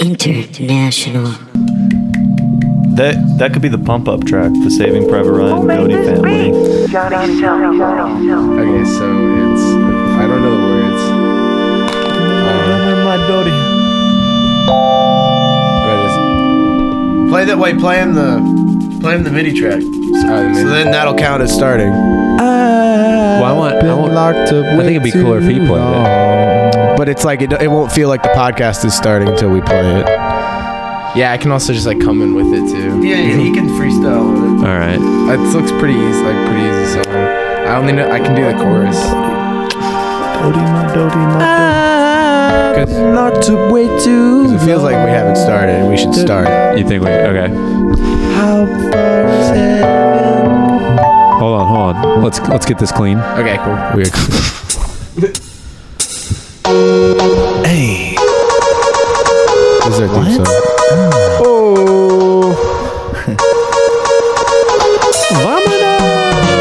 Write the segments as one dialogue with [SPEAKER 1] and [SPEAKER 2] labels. [SPEAKER 1] International.
[SPEAKER 2] That that could be the pump up track, the Saving Private Ryan Doty family.
[SPEAKER 3] Johnny Silverman.
[SPEAKER 4] Okay, so it's I don't know the words, but it's
[SPEAKER 5] Play that way. Play him the, play him the MIDI track.
[SPEAKER 4] oh, the
[SPEAKER 5] So
[SPEAKER 4] main-
[SPEAKER 5] then that'll count as starting.
[SPEAKER 6] Well, I want. I, want I think it'd be cooler if he played it.
[SPEAKER 5] But it's like it, it won't feel like the podcast is starting until we play it.
[SPEAKER 4] yeah, I can also just like come in with it too.
[SPEAKER 5] Yeah, yeah, he can freestyle with
[SPEAKER 6] All right.
[SPEAKER 4] It looks pretty easy, like pretty easy song. I only know I can do the chorus. Cause
[SPEAKER 5] Not to wait too. It feels like we haven't started. We should start.
[SPEAKER 6] You think we? Okay. Hold on. Hold on. Let's let's get this clean.
[SPEAKER 4] okay, cool. Weird.
[SPEAKER 5] This is our theme song.
[SPEAKER 4] Oh.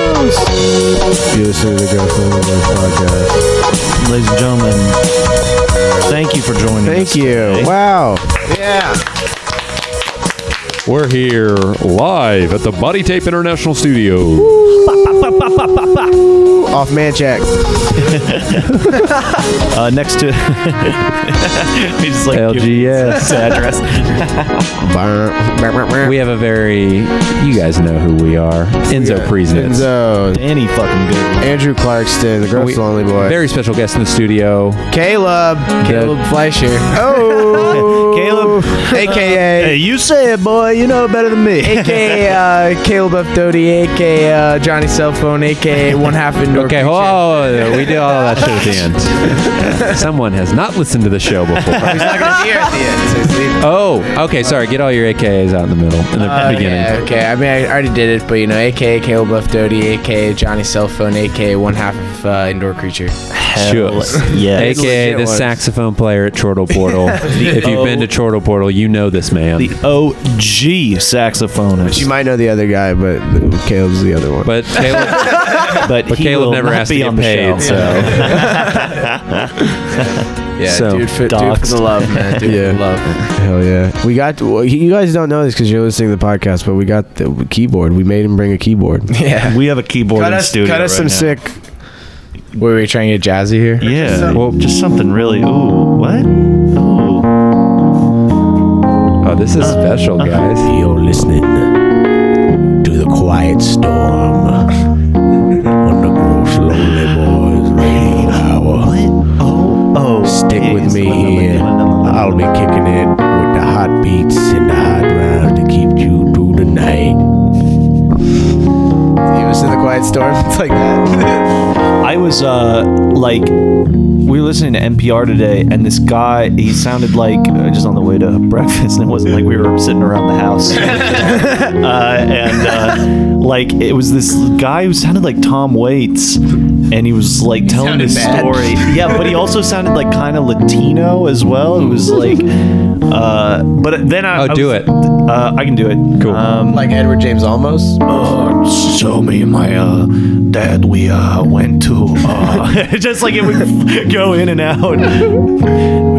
[SPEAKER 5] You're listening to the Girl Film Podcast.
[SPEAKER 2] Ladies and gentlemen, thank you for joining us.
[SPEAKER 5] Thank you.
[SPEAKER 2] today.
[SPEAKER 5] Wow.
[SPEAKER 6] We're here live at the Body Tape International Studio.
[SPEAKER 5] Off man check.
[SPEAKER 2] Uh, next to he's just like
[SPEAKER 6] LGS.
[SPEAKER 2] his address.
[SPEAKER 6] We have a very. You guys know who we are. Enzo
[SPEAKER 4] Yeah,
[SPEAKER 6] Priesnitz.
[SPEAKER 5] Enzo,
[SPEAKER 2] Danny fucking good.
[SPEAKER 5] Andrew Clarkston, the
[SPEAKER 6] We-
[SPEAKER 5] gross lonely boy.
[SPEAKER 6] Very special guest in the studio.
[SPEAKER 5] Caleb.
[SPEAKER 4] Caleb Fleischer.
[SPEAKER 5] Oh.
[SPEAKER 2] Caleb.
[SPEAKER 5] AKA.
[SPEAKER 2] Hey, you say it, boy. You know it better than me.
[SPEAKER 4] aka uh, Caleb F. Doty, aka uh, Johnny Cell Phone, aka One Half Indoor.
[SPEAKER 6] Okay, hold on. We did all that shit at the end. Someone has not listened to the show before.
[SPEAKER 4] He's not gonna be here at the end. So he's leaving.
[SPEAKER 6] Oh, okay. Sorry. Get all your AKAs out in the middle, in the
[SPEAKER 2] Uh,
[SPEAKER 6] beginning.
[SPEAKER 4] Uh, Yeah, okay. I mean, I already did it, but you know, aka Caleb F. Doty, aka Johnny Cell Phone, aka One Half of uh, Indoor Creature.
[SPEAKER 2] Hell
[SPEAKER 6] Sure.
[SPEAKER 2] yes.
[SPEAKER 6] AKA the
[SPEAKER 4] ones.
[SPEAKER 6] saxophone player at Chortle Portal. if you've been to Chortle Portal, you know this man.
[SPEAKER 2] The OG saxophonist.
[SPEAKER 5] You might know the other guy, but Caleb's the other one.
[SPEAKER 6] but Caleb,
[SPEAKER 2] but
[SPEAKER 6] but
[SPEAKER 2] he
[SPEAKER 6] Caleb
[SPEAKER 2] will
[SPEAKER 6] never
[SPEAKER 2] not
[SPEAKER 6] asked to
[SPEAKER 2] be
[SPEAKER 6] get
[SPEAKER 2] on the
[SPEAKER 6] paid,
[SPEAKER 2] show.
[SPEAKER 6] so
[SPEAKER 4] Yeah,
[SPEAKER 6] So,
[SPEAKER 4] dude, for, dude for
[SPEAKER 2] doxed.
[SPEAKER 4] the love, man. Dude
[SPEAKER 5] Yeah.
[SPEAKER 4] for the love.
[SPEAKER 5] Hell yeah. We got, well, you guys don't know this because you're listening to the podcast, but we got the keyboard. We made him bring a keyboard.
[SPEAKER 4] Yeah.
[SPEAKER 2] We have a keyboard
[SPEAKER 5] cut
[SPEAKER 2] in
[SPEAKER 5] us,
[SPEAKER 2] studio.
[SPEAKER 5] cut us
[SPEAKER 2] right
[SPEAKER 5] some
[SPEAKER 2] now.
[SPEAKER 5] sick.
[SPEAKER 4] Were we trying to get jazzy here?
[SPEAKER 2] Yeah. well, just something really.
[SPEAKER 5] Oh.
[SPEAKER 2] Ooh, what? Ooh.
[SPEAKER 6] oh, this is special, guys.
[SPEAKER 5] You're listening to the quiet storm on the gross lonely boys radio hour.
[SPEAKER 2] Oh, oh.
[SPEAKER 5] Stick
[SPEAKER 2] yeah,
[SPEAKER 5] with
[SPEAKER 2] it's
[SPEAKER 5] me
[SPEAKER 2] like-
[SPEAKER 5] here. I'll be kicking it with the hot beats and the hot rounds to keep you through the night. You listen to the quiet storm? It's like that.
[SPEAKER 2] I was uh like we were listening to NPR today, and this guy he sounded like uh, just on the way to breakfast, and it wasn't like we were sitting around the house. uh, and uh, like it was this guy who sounded like Tom Waits, and he was like telling
[SPEAKER 4] sounded
[SPEAKER 2] his
[SPEAKER 4] bad.
[SPEAKER 2] story. yeah, but he also sounded like kind of Latino as well. It was like, uh, but then I
[SPEAKER 6] Oh,
[SPEAKER 2] I
[SPEAKER 6] do
[SPEAKER 2] was-
[SPEAKER 6] it.
[SPEAKER 2] Uh, I can do it.
[SPEAKER 6] Cool.
[SPEAKER 2] Um,
[SPEAKER 5] like Edward James Almost?
[SPEAKER 2] uh, so me and my uh, dad we uh, went to uh, just like it would go in and out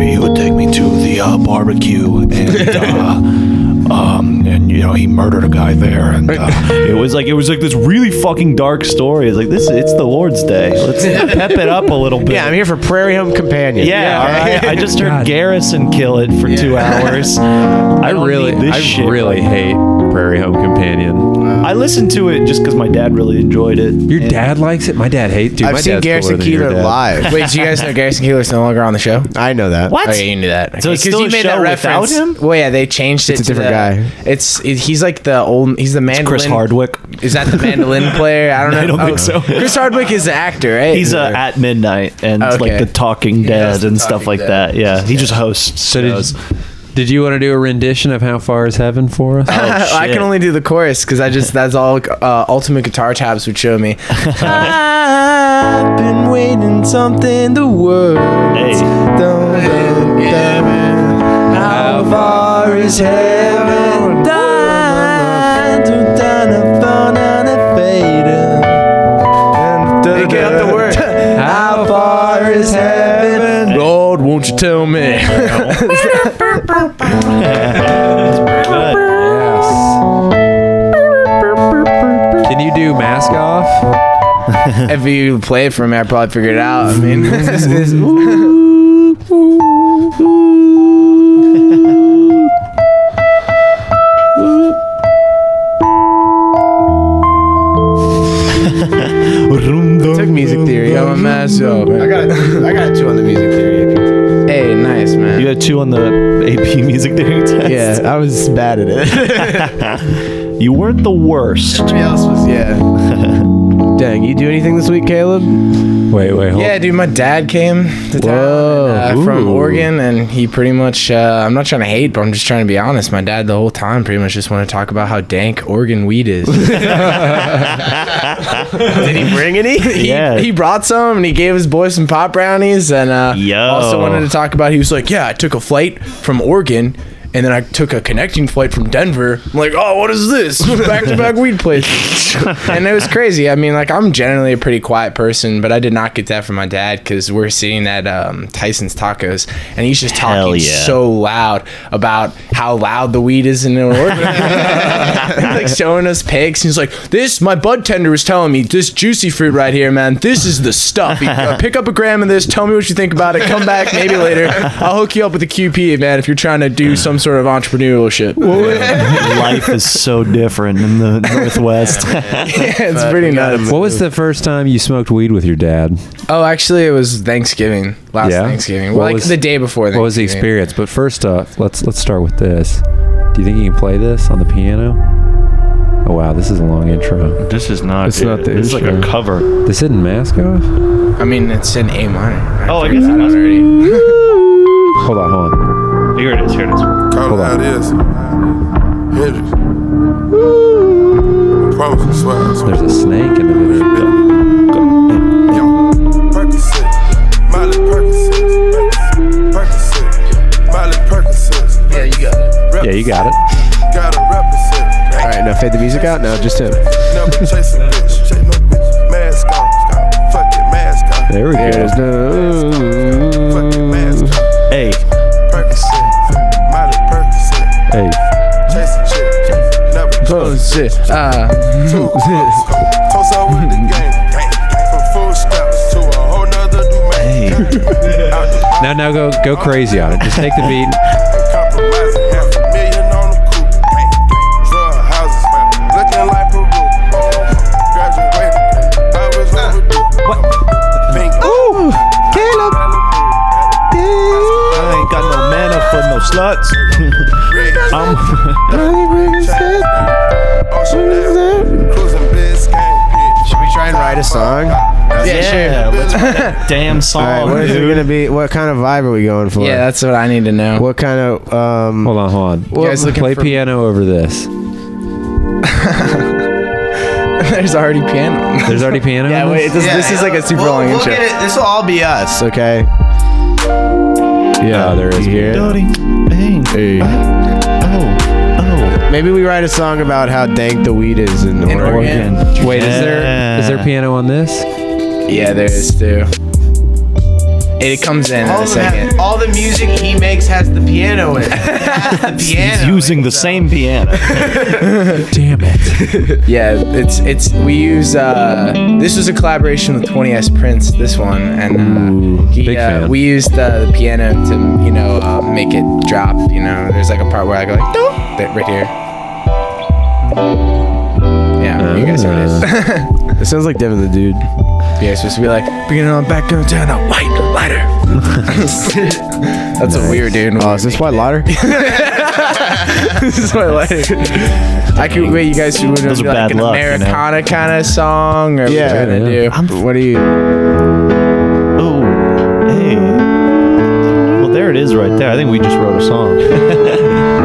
[SPEAKER 2] he would take me to the uh, barbecue and uh, um, and you know he murdered a guy there and uh, it was like it was like this really fucking dark story it's like this it's the lord's day let's pep it up a little bit
[SPEAKER 5] Yeah, I'm here for Prairie Home Companion.
[SPEAKER 2] yeah, all right. I just heard
[SPEAKER 6] God.
[SPEAKER 2] Garrison kill it for two hours. I,
[SPEAKER 6] I
[SPEAKER 2] don't
[SPEAKER 6] really,
[SPEAKER 2] need this
[SPEAKER 6] I
[SPEAKER 2] shit
[SPEAKER 6] really hate Prairie Home Companion.
[SPEAKER 2] I listened to it just because my dad really enjoyed it.
[SPEAKER 6] Your
[SPEAKER 2] And-
[SPEAKER 6] dad likes it. My dad hates. Dude, my
[SPEAKER 5] I've seen
[SPEAKER 6] dad's
[SPEAKER 5] Garrison
[SPEAKER 6] cooler than your
[SPEAKER 5] Keeler
[SPEAKER 6] dad.
[SPEAKER 5] live.
[SPEAKER 4] Wait, do you guys know Garrison Keillor's no longer on the show?
[SPEAKER 5] I know that.
[SPEAKER 2] What?
[SPEAKER 4] Oh, yeah, you knew that.
[SPEAKER 2] So it's
[SPEAKER 4] 'Cause
[SPEAKER 2] still
[SPEAKER 4] you
[SPEAKER 2] a show without him?
[SPEAKER 4] Well, yeah, they changed it.
[SPEAKER 5] It's a
[SPEAKER 4] to
[SPEAKER 5] different
[SPEAKER 4] the- It's it- he's like the old. He's the mandolin.
[SPEAKER 2] Chris Hardwick.
[SPEAKER 4] Is that the mandolin player? I don't know. Oh.
[SPEAKER 2] I don't think so.
[SPEAKER 4] Chris Hardwick is the actor, right?
[SPEAKER 2] He's uh,
[SPEAKER 4] Or-
[SPEAKER 2] at midnight and
[SPEAKER 4] Okay.
[SPEAKER 2] like the Talking
[SPEAKER 4] does
[SPEAKER 2] Dead
[SPEAKER 4] the
[SPEAKER 2] and stuff
[SPEAKER 4] Talking
[SPEAKER 2] like
[SPEAKER 4] Dead.
[SPEAKER 2] that. Yeah, he just hosts.
[SPEAKER 6] So did, did you want to do a rendition of "How Far Is Heaven" for
[SPEAKER 2] Oh,
[SPEAKER 6] us?
[SPEAKER 4] I can only do the chorus because I just that's all uh, Ultimate Guitar Tabs would show me. I've been waiting something the world.
[SPEAKER 2] Hey,
[SPEAKER 4] Don't look heaven. How far is heaven? Dun, dun, dun, dun, dun, dun, dun, dun, dun. Pick up the word. How far is heaven? Lord, won't you tell me? if you play it for me, I probably figured it out. I mean, this is- took music theory. I'm a mess up.
[SPEAKER 7] I got a, I got a two on the music theory.
[SPEAKER 4] Hey, nice man.
[SPEAKER 2] You got two on the AP music theory
[SPEAKER 7] Yeah,
[SPEAKER 2] test.
[SPEAKER 7] I was bad at it.
[SPEAKER 2] You weren't the worst.
[SPEAKER 7] Everybody else was, yeah. Dang, you do anything this week, Caleb?
[SPEAKER 6] Wait, wait, hold
[SPEAKER 4] Yeah, dude, my dad came to
[SPEAKER 7] Whoa.
[SPEAKER 4] town and, uh, from
[SPEAKER 6] Ooh.
[SPEAKER 4] Oregon, and he pretty much, uh, I'm not trying to hate, but I'm just trying to be honest. My dad, the whole time, pretty much just wanted to talk about how dank Oregon weed is.
[SPEAKER 7] Did he bring any?
[SPEAKER 4] he,
[SPEAKER 2] Yeah.
[SPEAKER 4] he brought some and he gave his boy some pot brownies and uh,
[SPEAKER 2] Yo.
[SPEAKER 4] also wanted to talk about he was like yeah i took a flight from oregon and then i took a connecting flight from denver i'm like oh what is this back to back weed place and it was crazy i mean like i'm generally a pretty quiet person but i did not get that from my dad because we're sitting at um, tyson's tacos and he's just
[SPEAKER 2] Hell
[SPEAKER 4] talking
[SPEAKER 2] yeah.
[SPEAKER 4] so loud about how loud the weed is in Oregon. like showing us pics. He's like, this, my bud tender was telling me, this juicy fruit right here, man, this is the stuff. You, uh, pick up a gram of this, tell me what you think about it, come back maybe later. I'll hook you up with a QP, man, if you're trying to do some sort of entrepreneurial shit.
[SPEAKER 2] Life is so different in the Northwest.
[SPEAKER 4] Yeah, it's pretty nuts.
[SPEAKER 6] on. What was the first time you smoked weed with your dad?
[SPEAKER 4] Oh, actually, it was Thanksgiving, last
[SPEAKER 6] Yeah?
[SPEAKER 4] Thanksgiving.
[SPEAKER 6] What
[SPEAKER 4] Well, like
[SPEAKER 6] was-
[SPEAKER 4] the day before Thanksgiving.
[SPEAKER 6] What was the experience? But first off, let's let's start with this. Do you think you can play this on the piano? Oh wow, this is a long intro.
[SPEAKER 2] this is not.
[SPEAKER 7] It's not the
[SPEAKER 2] This is like a
[SPEAKER 7] issue.
[SPEAKER 2] cover.
[SPEAKER 6] This isn't mask off?
[SPEAKER 4] I mean, it's in A minor.
[SPEAKER 2] Oh, I guess it must be.
[SPEAKER 6] Hold on, hold on.
[SPEAKER 2] Here it is. Here it is.
[SPEAKER 8] Call it how it is. Hendrix. Promise, I swear, I swear.
[SPEAKER 6] There's a snake in the video.
[SPEAKER 8] Yo. Percocet, Miley Percocet, Percocet, Miley Percocet.
[SPEAKER 4] There you go.
[SPEAKER 6] Yeah, you got it.
[SPEAKER 8] Gotta represent.
[SPEAKER 7] All right, now fade the music out. No, just him.
[SPEAKER 8] Never chase a bitch, chase no bitch. Mask on, fuck it, mask on,
[SPEAKER 6] There we go.
[SPEAKER 7] There's
[SPEAKER 6] Oh.
[SPEAKER 7] no.
[SPEAKER 8] fuck it, mask on.
[SPEAKER 2] Hey,
[SPEAKER 8] Percocet, Miley Percocet,
[SPEAKER 6] Hey,
[SPEAKER 8] chase a chick, never
[SPEAKER 4] Oh, shit.
[SPEAKER 7] Ah.
[SPEAKER 4] Uh,
[SPEAKER 8] too close. Toast out with
[SPEAKER 6] Hmm.
[SPEAKER 8] the game. Gang. From full steps to a whole nother domain. Out the
[SPEAKER 6] now now go go crazy on it. Just take the beat.
[SPEAKER 8] Ain't compromising. Half a million on the coup. Gang, gang. Drug houses, man. Looking like Peru. Graduated. I was overdue. Pink. Ooh. Caleb.
[SPEAKER 2] I ain't got no mana for no sluts. I'm
[SPEAKER 8] Cruising Biscayne, bitch.
[SPEAKER 7] Should we try and write a song? All
[SPEAKER 2] yeah. Let's put that damn song.
[SPEAKER 7] right, what is it
[SPEAKER 2] dude.
[SPEAKER 7] gonna be? What kind of vibe are we going for?
[SPEAKER 4] yeah, that's what I need to know.
[SPEAKER 7] What kind of um?
[SPEAKER 6] Hold on, hold on.
[SPEAKER 4] You guys looking
[SPEAKER 6] play
[SPEAKER 4] for-
[SPEAKER 6] piano over this.
[SPEAKER 4] There's already piano.
[SPEAKER 6] There's already piano.
[SPEAKER 4] Yeah,
[SPEAKER 6] in
[SPEAKER 4] wait,
[SPEAKER 6] this?
[SPEAKER 4] this, this is like a super long intro.
[SPEAKER 7] This will all be us, okay?
[SPEAKER 6] Yeah, there is.
[SPEAKER 7] Here.
[SPEAKER 2] Duddy. Bang. Oh.
[SPEAKER 7] Maybe we write a song about how dank the weed is in,
[SPEAKER 4] In
[SPEAKER 7] Oregon.
[SPEAKER 4] Oregon.
[SPEAKER 2] Oh.
[SPEAKER 6] Wait, is there is there
[SPEAKER 2] Yeah.
[SPEAKER 6] piano on this?
[SPEAKER 4] Yeah, there is too. It comes in in a second.
[SPEAKER 7] all the music he makes has the piano in it. the piano.
[SPEAKER 2] He's using the same piano.
[SPEAKER 6] Damn it.
[SPEAKER 4] Yeah, it's it's we use uh this was a collaboration with 20s Prince this one and uh,
[SPEAKER 6] Ooh,
[SPEAKER 4] he,
[SPEAKER 6] big
[SPEAKER 4] uh,
[SPEAKER 6] fan.
[SPEAKER 4] we used uh, the piano to you know uh, make it drop, you know. There's like a part where I go like "Doop," that- right here. Yeah, you guys know what it is.
[SPEAKER 7] Ah. It sounds like Devin the Dude.
[SPEAKER 4] Yeah, it's supposed to be like, bringing on back down down a white lighter. That's what we were doing.
[SPEAKER 7] Oh, is this White Lauder?
[SPEAKER 4] this is my lighter. I could wait. You guys would
[SPEAKER 2] Those are
[SPEAKER 4] do like
[SPEAKER 2] bad
[SPEAKER 4] an
[SPEAKER 2] luck, you know?
[SPEAKER 4] Americana kind of song, or
[SPEAKER 7] Yeah,
[SPEAKER 4] yeah, what
[SPEAKER 6] yeah.
[SPEAKER 4] yeah. do?
[SPEAKER 7] what are you?
[SPEAKER 2] Oh. Hey. Well, there it is right there. I think we just wrote a song.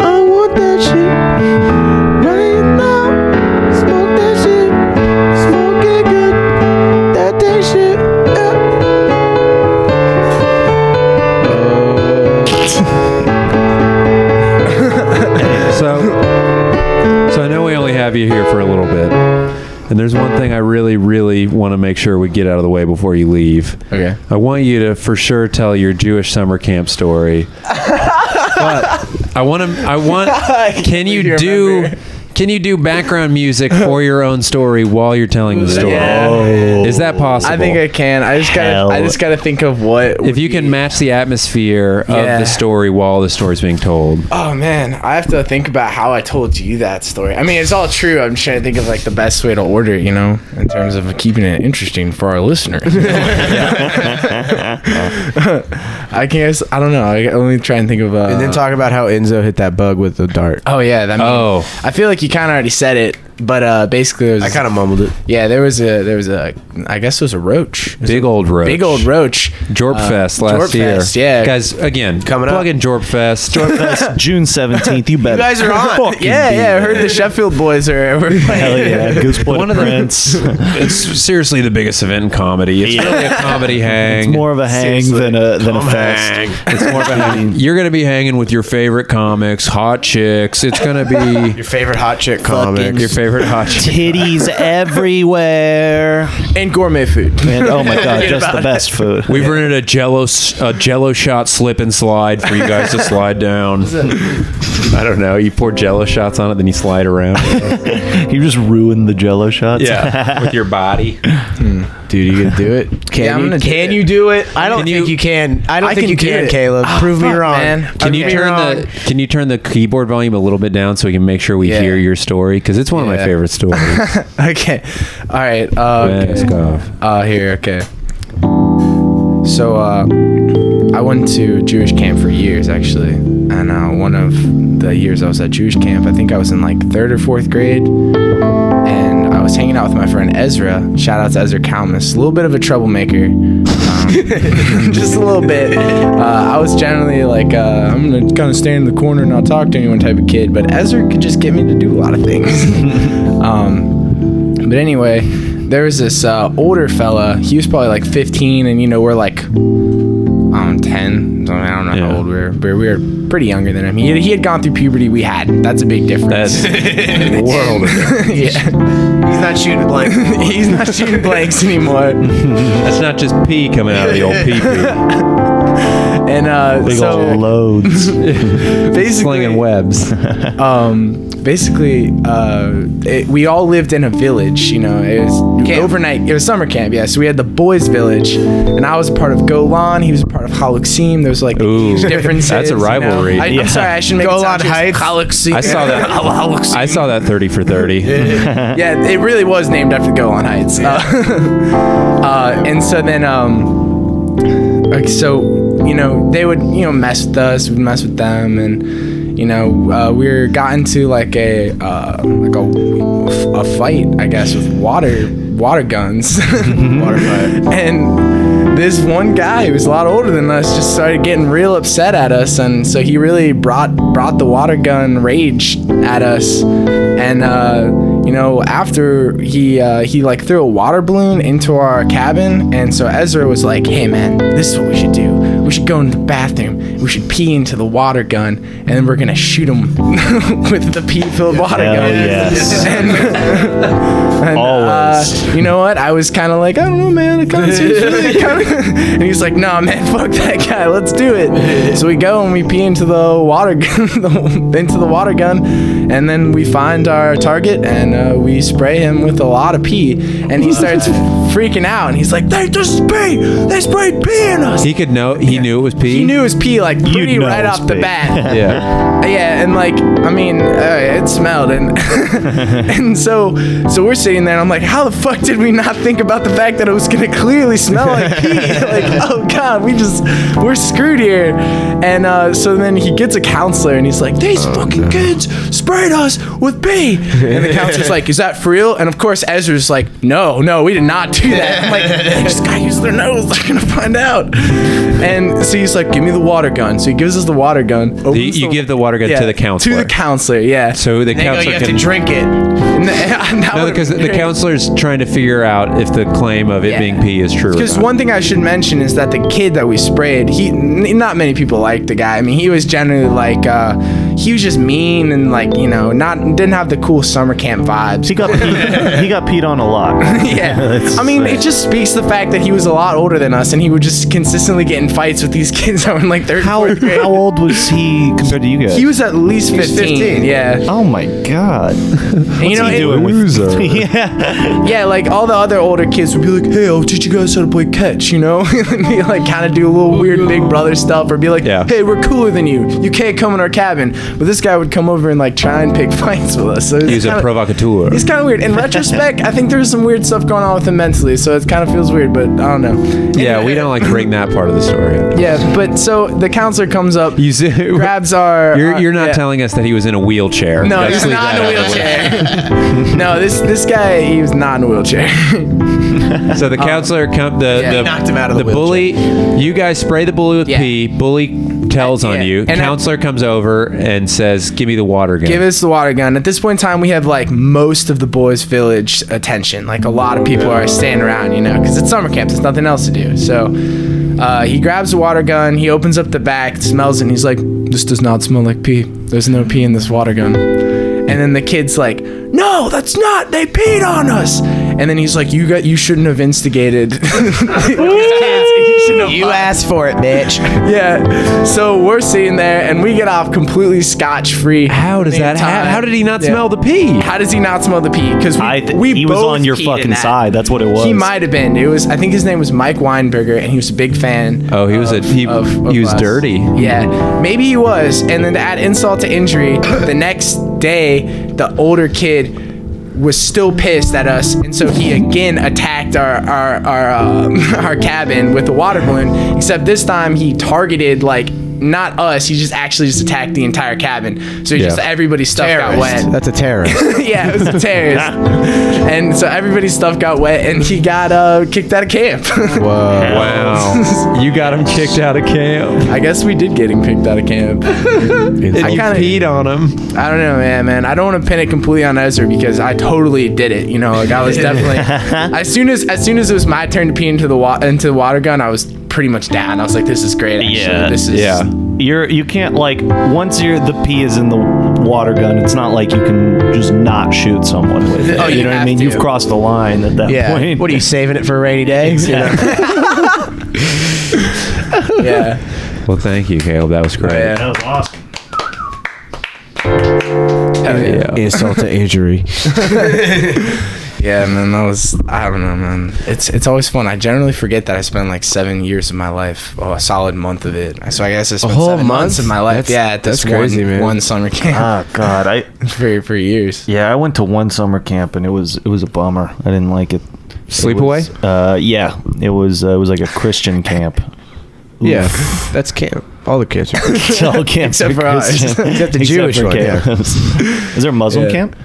[SPEAKER 9] I want that shit right now. Smoke that shit.
[SPEAKER 6] have you here for a little bit. And there's one thing I really, really want to make sure we get out of the way before you leave.
[SPEAKER 4] Okay.
[SPEAKER 6] I want you to for sure tell your Jewish summer camp story. but I want to. I want. Can you
[SPEAKER 4] you
[SPEAKER 6] do?
[SPEAKER 4] remember.
[SPEAKER 6] Can you do background music for your own story while you're telling the story?
[SPEAKER 4] Oh.
[SPEAKER 6] Is that possible?
[SPEAKER 4] I think I can. I just gotta. I just gotta think of what.
[SPEAKER 6] if you can match the atmosphere of
[SPEAKER 4] Yeah.
[SPEAKER 6] the story while the story's being told.
[SPEAKER 4] Oh man, I have to think about how I told you that story. I mean, it's all true. I'm just trying to think of like the best way to order it, you know, in terms of keeping it interesting for our listeners. I guess I don't know. I can only try and think of. Uh,
[SPEAKER 9] And then talk about how Enzo hit that bug with the dart.
[SPEAKER 4] Oh yeah, that. I mean,
[SPEAKER 6] Oh.
[SPEAKER 4] I feel like you kind of already said it, but uh, basically, there was,
[SPEAKER 9] I kind of mumbled it.
[SPEAKER 4] yeah, there was a there was a I guess it was a roach, It was
[SPEAKER 6] Big
[SPEAKER 4] a
[SPEAKER 6] old roach.
[SPEAKER 4] big old roach,
[SPEAKER 10] Uh,
[SPEAKER 6] Jorpfest last
[SPEAKER 4] Jorpfest,
[SPEAKER 6] year.
[SPEAKER 4] yeah.
[SPEAKER 6] Guys, again,
[SPEAKER 9] Coming up.
[SPEAKER 6] plug in Jorpfest.
[SPEAKER 10] That's June 17th. You better.
[SPEAKER 4] You guys are on.
[SPEAKER 10] fucking
[SPEAKER 4] yeah,
[SPEAKER 10] be
[SPEAKER 4] yeah. I
[SPEAKER 10] there.
[SPEAKER 4] heard the Sheffield boys are were
[SPEAKER 10] Hell
[SPEAKER 4] playing.
[SPEAKER 10] yeah. Good sport
[SPEAKER 6] One
[SPEAKER 10] One
[SPEAKER 6] of
[SPEAKER 10] of
[SPEAKER 6] the-
[SPEAKER 10] Prince.
[SPEAKER 6] it's seriously the biggest event in comedy. It's really a comedy hang.
[SPEAKER 10] It's more of a hang than a than a fest. It's more of a hang.
[SPEAKER 6] You're gonna be hanging with your favorite comics, hot chicks. It's gonna be
[SPEAKER 9] Your favorite hot chick comic.
[SPEAKER 6] your favorite hot chick.
[SPEAKER 10] Titties everywhere.
[SPEAKER 4] and gourmet food.
[SPEAKER 10] And oh my god, just the best food.
[SPEAKER 6] We've rented a Jello s- a Jello shot slip and slide for you guys to slide down. I don't know. You pour Jello shots on it, then you slide around.
[SPEAKER 10] You just ruined the Jello shots.
[SPEAKER 6] yeah, with your body.
[SPEAKER 9] Dude, you gonna do it? Can
[SPEAKER 4] Yeah, I'm
[SPEAKER 9] you?
[SPEAKER 4] gonna do
[SPEAKER 9] can
[SPEAKER 4] it.
[SPEAKER 9] you do it? I don't
[SPEAKER 6] Can
[SPEAKER 9] think
[SPEAKER 6] you-
[SPEAKER 9] you, can. I don't
[SPEAKER 4] I
[SPEAKER 9] think
[SPEAKER 4] can
[SPEAKER 9] you
[SPEAKER 4] do
[SPEAKER 9] can,
[SPEAKER 4] it. Oh,
[SPEAKER 9] Caleb. Prove me
[SPEAKER 4] fuck,
[SPEAKER 9] wrong.
[SPEAKER 4] man.
[SPEAKER 6] Can you
[SPEAKER 4] Okay.
[SPEAKER 6] turn the Can you turn the keyboard volume a little bit down so we can make sure we
[SPEAKER 4] Yeah.
[SPEAKER 6] hear your story? Because it's one of my
[SPEAKER 4] Yeah.
[SPEAKER 6] favorite stories.
[SPEAKER 4] Okay. All right. Uh, okay. Uh, here. Okay. So uh, I went to Jewish camp for years, actually, and uh, one of the years I was at Jewish camp, I think I was in like third or fourth grade, and I was hanging out with my friend Ezra. Shout out to Ezra Kalmus, a little bit of a troublemaker, um, just a little bit. Uh, I was generally like, uh, I'm gonna kind of stay in the corner and not talk to anyone type of kid, but Ezra could just get me to do a lot of things. um, but anyway, there was this uh, older fella. He was probably like 15, and you know we're like, um, 10. So, I don't know
[SPEAKER 6] Yeah.
[SPEAKER 4] how old we were, but we were pretty younger than him. He had, he had gone through puberty. We hadn't. That's a big difference.
[SPEAKER 6] That's world.
[SPEAKER 4] yeah,
[SPEAKER 9] He's not shooting blank.
[SPEAKER 4] he's not shooting blanks anymore.
[SPEAKER 6] That's not just pee coming out of the old pee pee.
[SPEAKER 4] And uh,
[SPEAKER 10] Big
[SPEAKER 4] so
[SPEAKER 10] old loads.
[SPEAKER 4] basically,
[SPEAKER 6] Slinging webs.
[SPEAKER 4] um, basically, uh, it, we all lived in a village. You know, it was overnight. It was summer camp. Yeah, so we had the boys' village, and I was a part of Golan. He was a part of Haluksim. There was like
[SPEAKER 6] Ooh,
[SPEAKER 4] age differences.
[SPEAKER 6] that's a
[SPEAKER 4] you know?
[SPEAKER 6] rivalry.
[SPEAKER 4] I,
[SPEAKER 10] Yeah.
[SPEAKER 4] am sorry, I should make
[SPEAKER 9] Golan
[SPEAKER 4] it sound
[SPEAKER 9] Heights. Galaxy.
[SPEAKER 6] I saw that. I saw that thirty for thirty.
[SPEAKER 4] yeah, it really was named after Golan Heights. Uh, uh, and so then, um, like, so you know, they would you know mess with us, we'd mess with them, and you know, uh, we were got into like a uh, like a, a fight, I guess, with water water guns. water fight. And this one guy who was a lot older than us just started getting real upset at us, and so he really brought brought the water gun rage at us, and uh, you know, after he uh, he like threw a water balloon into our cabin, and so Ezra was like, "Hey man, this is what we should do. We should go in the bathroom. We should pee into the water gun, and then we're gonna shoot him with the pee-filled water
[SPEAKER 10] Hell
[SPEAKER 4] gun."
[SPEAKER 10] yes.
[SPEAKER 4] And, and,
[SPEAKER 10] Always.
[SPEAKER 4] Uh, you know what? I was kind of like, I don't know, man. It kind of seems really kind of. And he's like, Nah, man, fuck that guy. Let's do it. So we go and we pee into the water gun, the, into the water gun, and then we find our target and uh, we spray him with a lot of pee, and he starts freaking out. And he's like, They just pee. They sprayed pee in us.
[SPEAKER 6] He could know. He knew it was pee.
[SPEAKER 4] He knew his pee like pretty
[SPEAKER 10] know
[SPEAKER 4] right
[SPEAKER 10] it was
[SPEAKER 4] off the
[SPEAKER 10] pee.
[SPEAKER 4] bat.
[SPEAKER 6] Yeah.
[SPEAKER 4] Yeah, and like I mean, uh, it smelled, and and so so we're sitting there, and I'm like, how the fuck did we not think about the fact that it was gonna clearly smell like pee? like, oh god, we just we're screwed here. And uh, so then he gets a counselor, and he's like, these fucking kids sprayed us with pee. And the counselor's like, is that for real? And of course, Ezra's like, no, no, we did not do that. I'm like, they just gotta use their nose. They're gonna find out. And so he's like, give me the water gun. So he gives us the water gun.
[SPEAKER 6] You,
[SPEAKER 4] opens
[SPEAKER 6] you
[SPEAKER 4] the-
[SPEAKER 6] give the water gun
[SPEAKER 4] yeah,
[SPEAKER 6] to the counselor.
[SPEAKER 4] To the counselor, yeah.
[SPEAKER 6] so the
[SPEAKER 9] They go, you
[SPEAKER 6] counselor
[SPEAKER 9] have
[SPEAKER 6] can.
[SPEAKER 9] to drink it.
[SPEAKER 4] And the- and that
[SPEAKER 6] no,
[SPEAKER 4] would've
[SPEAKER 6] because
[SPEAKER 4] been
[SPEAKER 6] the
[SPEAKER 4] great.
[SPEAKER 6] counselor's trying to figure out if the claim of it
[SPEAKER 4] Yeah.
[SPEAKER 6] being pee is true. Or
[SPEAKER 4] Because
[SPEAKER 6] not.
[SPEAKER 4] one thing I should mention is that the kid that we sprayed, he n- not many people liked the guy. I mean, he was generally like, uh, he was just mean and like you know not didn't have the cool summer camp vibes.
[SPEAKER 2] He got peed, he got peed on a lot.
[SPEAKER 4] Yeah,
[SPEAKER 2] That's
[SPEAKER 4] I mean,
[SPEAKER 2] sad.
[SPEAKER 4] it just speaks to the fact that he was a lot older than us, and he would just consistently get in fights with these kids that were in like third,
[SPEAKER 2] How
[SPEAKER 4] fourth grade.
[SPEAKER 2] how old was he compared to you guys?
[SPEAKER 4] He was at least 15,
[SPEAKER 9] 15.
[SPEAKER 4] Yeah,
[SPEAKER 2] Oh my god.
[SPEAKER 4] and, you know, it-
[SPEAKER 6] loser.
[SPEAKER 2] yeah.
[SPEAKER 4] yeah, like all the other older kids would be like, "Hey, I'll teach you guys how to play catch," you know, and be like, kind of do a little weird big brother stuff, or be like,
[SPEAKER 6] Yeah.
[SPEAKER 4] "Hey, we're cooler than you. You can't come in our cabin." But this guy would come over and like try and pick fights with us. So it's
[SPEAKER 6] He's a
[SPEAKER 4] kinda-
[SPEAKER 6] provocateur.
[SPEAKER 4] It's kind of weird. In retrospect, I think there's some weird stuff going on with him mentally, so it kind of feels weird, but I don't know.
[SPEAKER 6] Yeah, we don't like to bring that part of the story. up.
[SPEAKER 4] Yeah, but so the counselor comes up,
[SPEAKER 6] You see,
[SPEAKER 4] grabs our.
[SPEAKER 6] you're,
[SPEAKER 4] our-
[SPEAKER 6] you're not
[SPEAKER 4] yeah.
[SPEAKER 6] telling us that he was in a wheelchair.
[SPEAKER 4] No,
[SPEAKER 6] Let's
[SPEAKER 4] he's
[SPEAKER 6] leave
[SPEAKER 4] not
[SPEAKER 6] that
[SPEAKER 4] in a
[SPEAKER 6] out of it.
[SPEAKER 4] wheelchair. no, this this guy, he was not in a wheelchair.
[SPEAKER 6] So the counselor, com- the,
[SPEAKER 4] Uh-huh. yeah,
[SPEAKER 6] the
[SPEAKER 4] knocked him out of the
[SPEAKER 6] bully. You guys spray the bully with
[SPEAKER 4] Yeah.
[SPEAKER 6] pee. Bully tells
[SPEAKER 4] Yeah.
[SPEAKER 6] on you.
[SPEAKER 4] And I-
[SPEAKER 6] counselor comes over and says, "Give me the water gun."
[SPEAKER 4] Give us the water gun. At this point in time, we have like most of the boys' village attention. Like a lot of people are standing around, you know, because it's summer camp. There's nothing else to do. So uh, he grabs the water gun. He opens up the back, smells it, and he's like, "This does not smell like pee. There's no pee in this water gun." And then the kid's like, "No, that's not. They peed on us." And then he's like, "You got. You shouldn't have instigated."
[SPEAKER 11] You asked for it, bitch.
[SPEAKER 4] yeah. So we're sitting there, and we get off completely scotch free.
[SPEAKER 6] How does that happen? How did he not smell the pee?
[SPEAKER 4] How does he not smell the pee? Because we,
[SPEAKER 2] I th-
[SPEAKER 4] we
[SPEAKER 2] he was
[SPEAKER 4] both
[SPEAKER 2] on your
[SPEAKER 4] peed in
[SPEAKER 2] fucking
[SPEAKER 4] that.
[SPEAKER 2] side. That's what it was.
[SPEAKER 4] He might have been. It was. I think his name was Mike Weinberger, and he was a big fan.
[SPEAKER 6] Oh, he was a he,
[SPEAKER 4] of- of
[SPEAKER 6] he was
[SPEAKER 4] us.
[SPEAKER 6] dirty.
[SPEAKER 4] Yeah, maybe he was. And then to add insult to injury, the next day the older kid was still pissed at us, and so he again attacked our our our uh, our cabin with a water balloon. Except this time he targeted like. Not us. He just actually just attacked the entire cabin. So he just everybody's stuff got wet
[SPEAKER 11] That's a terrorist.
[SPEAKER 4] yeah, it was a terrorist. and so everybody's stuff got wet, and he got uh, kicked out of camp.
[SPEAKER 6] Wow, you got him kicked out of camp.
[SPEAKER 4] I guess we did get him picked out of camp.
[SPEAKER 6] And you
[SPEAKER 4] kinda-
[SPEAKER 6] peed on him.
[SPEAKER 4] I don't know, man, man. I don't want to pin it completely on Ezra because I totally did it. You know, like I was definitely as soon as as soon as it was my turn to pee into the wa- into the water gun, I was pretty much down. I was like, this is great. Actually.
[SPEAKER 2] Yeah,
[SPEAKER 4] this is
[SPEAKER 6] Yeah,
[SPEAKER 2] You're you can't like once you're the pee is in the water gun. It's not like you can just not shoot someone with it.
[SPEAKER 4] Oh, you
[SPEAKER 2] know what I
[SPEAKER 4] have
[SPEAKER 2] mean?
[SPEAKER 4] to.
[SPEAKER 2] You've crossed the line at that
[SPEAKER 4] Yeah.
[SPEAKER 2] point.
[SPEAKER 11] what are you saving it for a rainy day?
[SPEAKER 4] yeah.
[SPEAKER 6] Well, thank you, Caleb. That was great.
[SPEAKER 4] Yeah.
[SPEAKER 2] That was awesome.
[SPEAKER 4] Hell yeah.
[SPEAKER 6] Yeah.
[SPEAKER 11] Insult to injury.
[SPEAKER 4] Yeah, man, that was I don't know, man. It's it's always fun. I generally forget that I spent like seven years of my life, oh, a solid month of it. So I guess I spent
[SPEAKER 9] whole
[SPEAKER 4] seven months
[SPEAKER 9] month?
[SPEAKER 4] of my life.
[SPEAKER 9] That's-
[SPEAKER 4] yeah, at this
[SPEAKER 9] that's crazy,
[SPEAKER 4] one,
[SPEAKER 9] man.
[SPEAKER 4] one summer camp
[SPEAKER 2] Oh god, I
[SPEAKER 4] for for years.
[SPEAKER 2] yeah, I went to one summer camp and it was it was a bummer. I didn't like it.
[SPEAKER 6] Sleepaway?
[SPEAKER 2] It was, Uh, yeah, it was uh, it was like a Christian camp.
[SPEAKER 9] Yeah, that's camp. All the kids. Are
[SPEAKER 2] All camps
[SPEAKER 4] Except
[SPEAKER 2] are
[SPEAKER 4] for ours.
[SPEAKER 2] Christian.
[SPEAKER 11] Except the Jewish
[SPEAKER 2] for
[SPEAKER 11] one, yeah.
[SPEAKER 2] camps. Is there a Muslim
[SPEAKER 4] Yeah.
[SPEAKER 2] camp?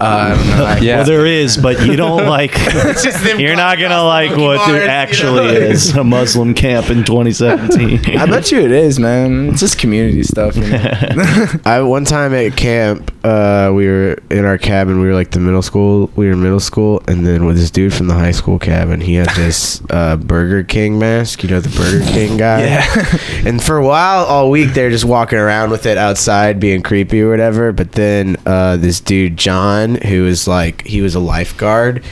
[SPEAKER 4] Uh, I don't know. I,
[SPEAKER 6] Yeah.
[SPEAKER 2] Well, there is, but you don't like.
[SPEAKER 4] just them
[SPEAKER 2] You're not gonna
[SPEAKER 4] crossing
[SPEAKER 2] like
[SPEAKER 4] monkey
[SPEAKER 2] what
[SPEAKER 4] bars,
[SPEAKER 2] there
[SPEAKER 4] you
[SPEAKER 2] actually
[SPEAKER 4] know?
[SPEAKER 2] is a Muslim camp in 2017.
[SPEAKER 4] I bet you it is, man. It's just community stuff. You know?
[SPEAKER 9] I one time at camp, uh, we were in our cabin. We were like the middle school. We were in middle school, and then with this dude from the high school cabin, he had this uh, Burger King mask. You know the Burger King guy.
[SPEAKER 4] yeah.
[SPEAKER 9] And for a while, all week, they're just walking around with it outside, being creepy or whatever. But then uh, this dude John, who is like he was a lifeguard,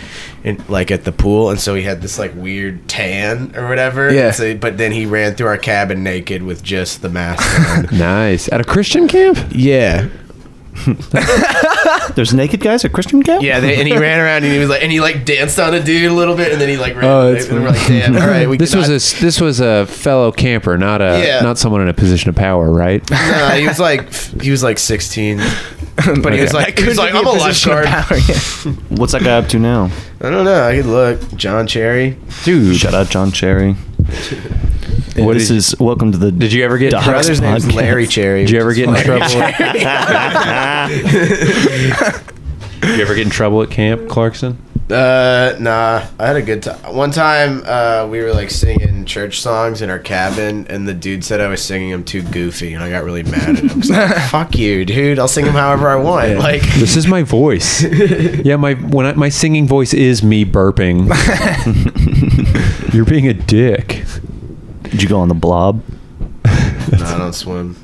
[SPEAKER 9] and like at the pool, and so he had this like weird tan or whatever.
[SPEAKER 4] Yeah.
[SPEAKER 9] So- but then he ran through our cabin naked with just the mask on.
[SPEAKER 6] Nice. At a Christian camp?
[SPEAKER 9] yeah.
[SPEAKER 2] There's naked guys at Christian camp.
[SPEAKER 9] Yeah, they, and he ran around and he was like, and he like danced on a dude a little bit, and then he like ran.
[SPEAKER 4] Oh,
[SPEAKER 9] away,
[SPEAKER 4] that's
[SPEAKER 9] and we're like, damn, all right, we.
[SPEAKER 6] This was a s- this was a fellow camper, not a
[SPEAKER 9] Yeah.
[SPEAKER 6] not someone in a position of power, right?
[SPEAKER 9] a. Nah, he was like, f- he was like 16, but he was
[SPEAKER 6] Okay.
[SPEAKER 9] like, he was like, I'm a lifeguard.
[SPEAKER 2] What's that guy up to now?
[SPEAKER 9] I don't know. I could look. John Cherry.
[SPEAKER 6] Dude,
[SPEAKER 2] Shout out John Cherry.
[SPEAKER 6] What
[SPEAKER 2] this
[SPEAKER 6] did you-
[SPEAKER 2] is welcome to the.
[SPEAKER 6] did you ever get?
[SPEAKER 2] Dog.
[SPEAKER 6] Did
[SPEAKER 9] Brother's name's
[SPEAKER 2] podcast.
[SPEAKER 9] Larry Cherry.
[SPEAKER 6] you ever get in trouble? Did you ever get in trouble at camp, Clarkson?
[SPEAKER 9] Uh, nah. I had a good time. One time, uh, we were like singing church songs in our cabin, and the dude said I was singing them too goofy, and I got really mad at him. I was like, Fuck you, dude. I'll sing them however I want. Like.
[SPEAKER 6] This is my voice. Yeah, my when I, my singing voice is me burping. You're being a dick.
[SPEAKER 2] Did you go on the blob?
[SPEAKER 9] I don't don't swim.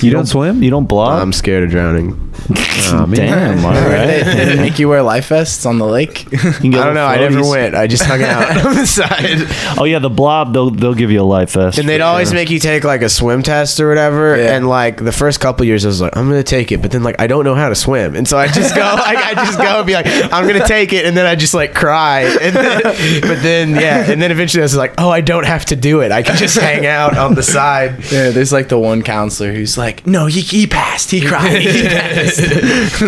[SPEAKER 6] You don't swim?
[SPEAKER 2] You don't block.
[SPEAKER 9] I'm scared of drowning.
[SPEAKER 6] Aw, man.
[SPEAKER 2] Damn. All right.
[SPEAKER 4] Did they make you wear life vests on the lake?
[SPEAKER 2] You can go
[SPEAKER 9] I don't know. I never
[SPEAKER 2] floaties.
[SPEAKER 9] went. I just hung out on the side.
[SPEAKER 2] Oh yeah, the blob. They'll they'll give you a life vest.
[SPEAKER 9] And they'd always make you take like a swim test or whatever.
[SPEAKER 4] Yeah.
[SPEAKER 9] And like the first couple years, I was like, I'm gonna take it, but then like I don't know how to swim, and so I just go, I, I just go and be like, I'm gonna take it, and then I just like cry, and then, but then yeah, and then eventually I was like, oh, I don't have to do it. I can just hang out on the side.
[SPEAKER 4] Yeah, there's like the one counselor who's like, "No, he, he passed. He cried. He passed."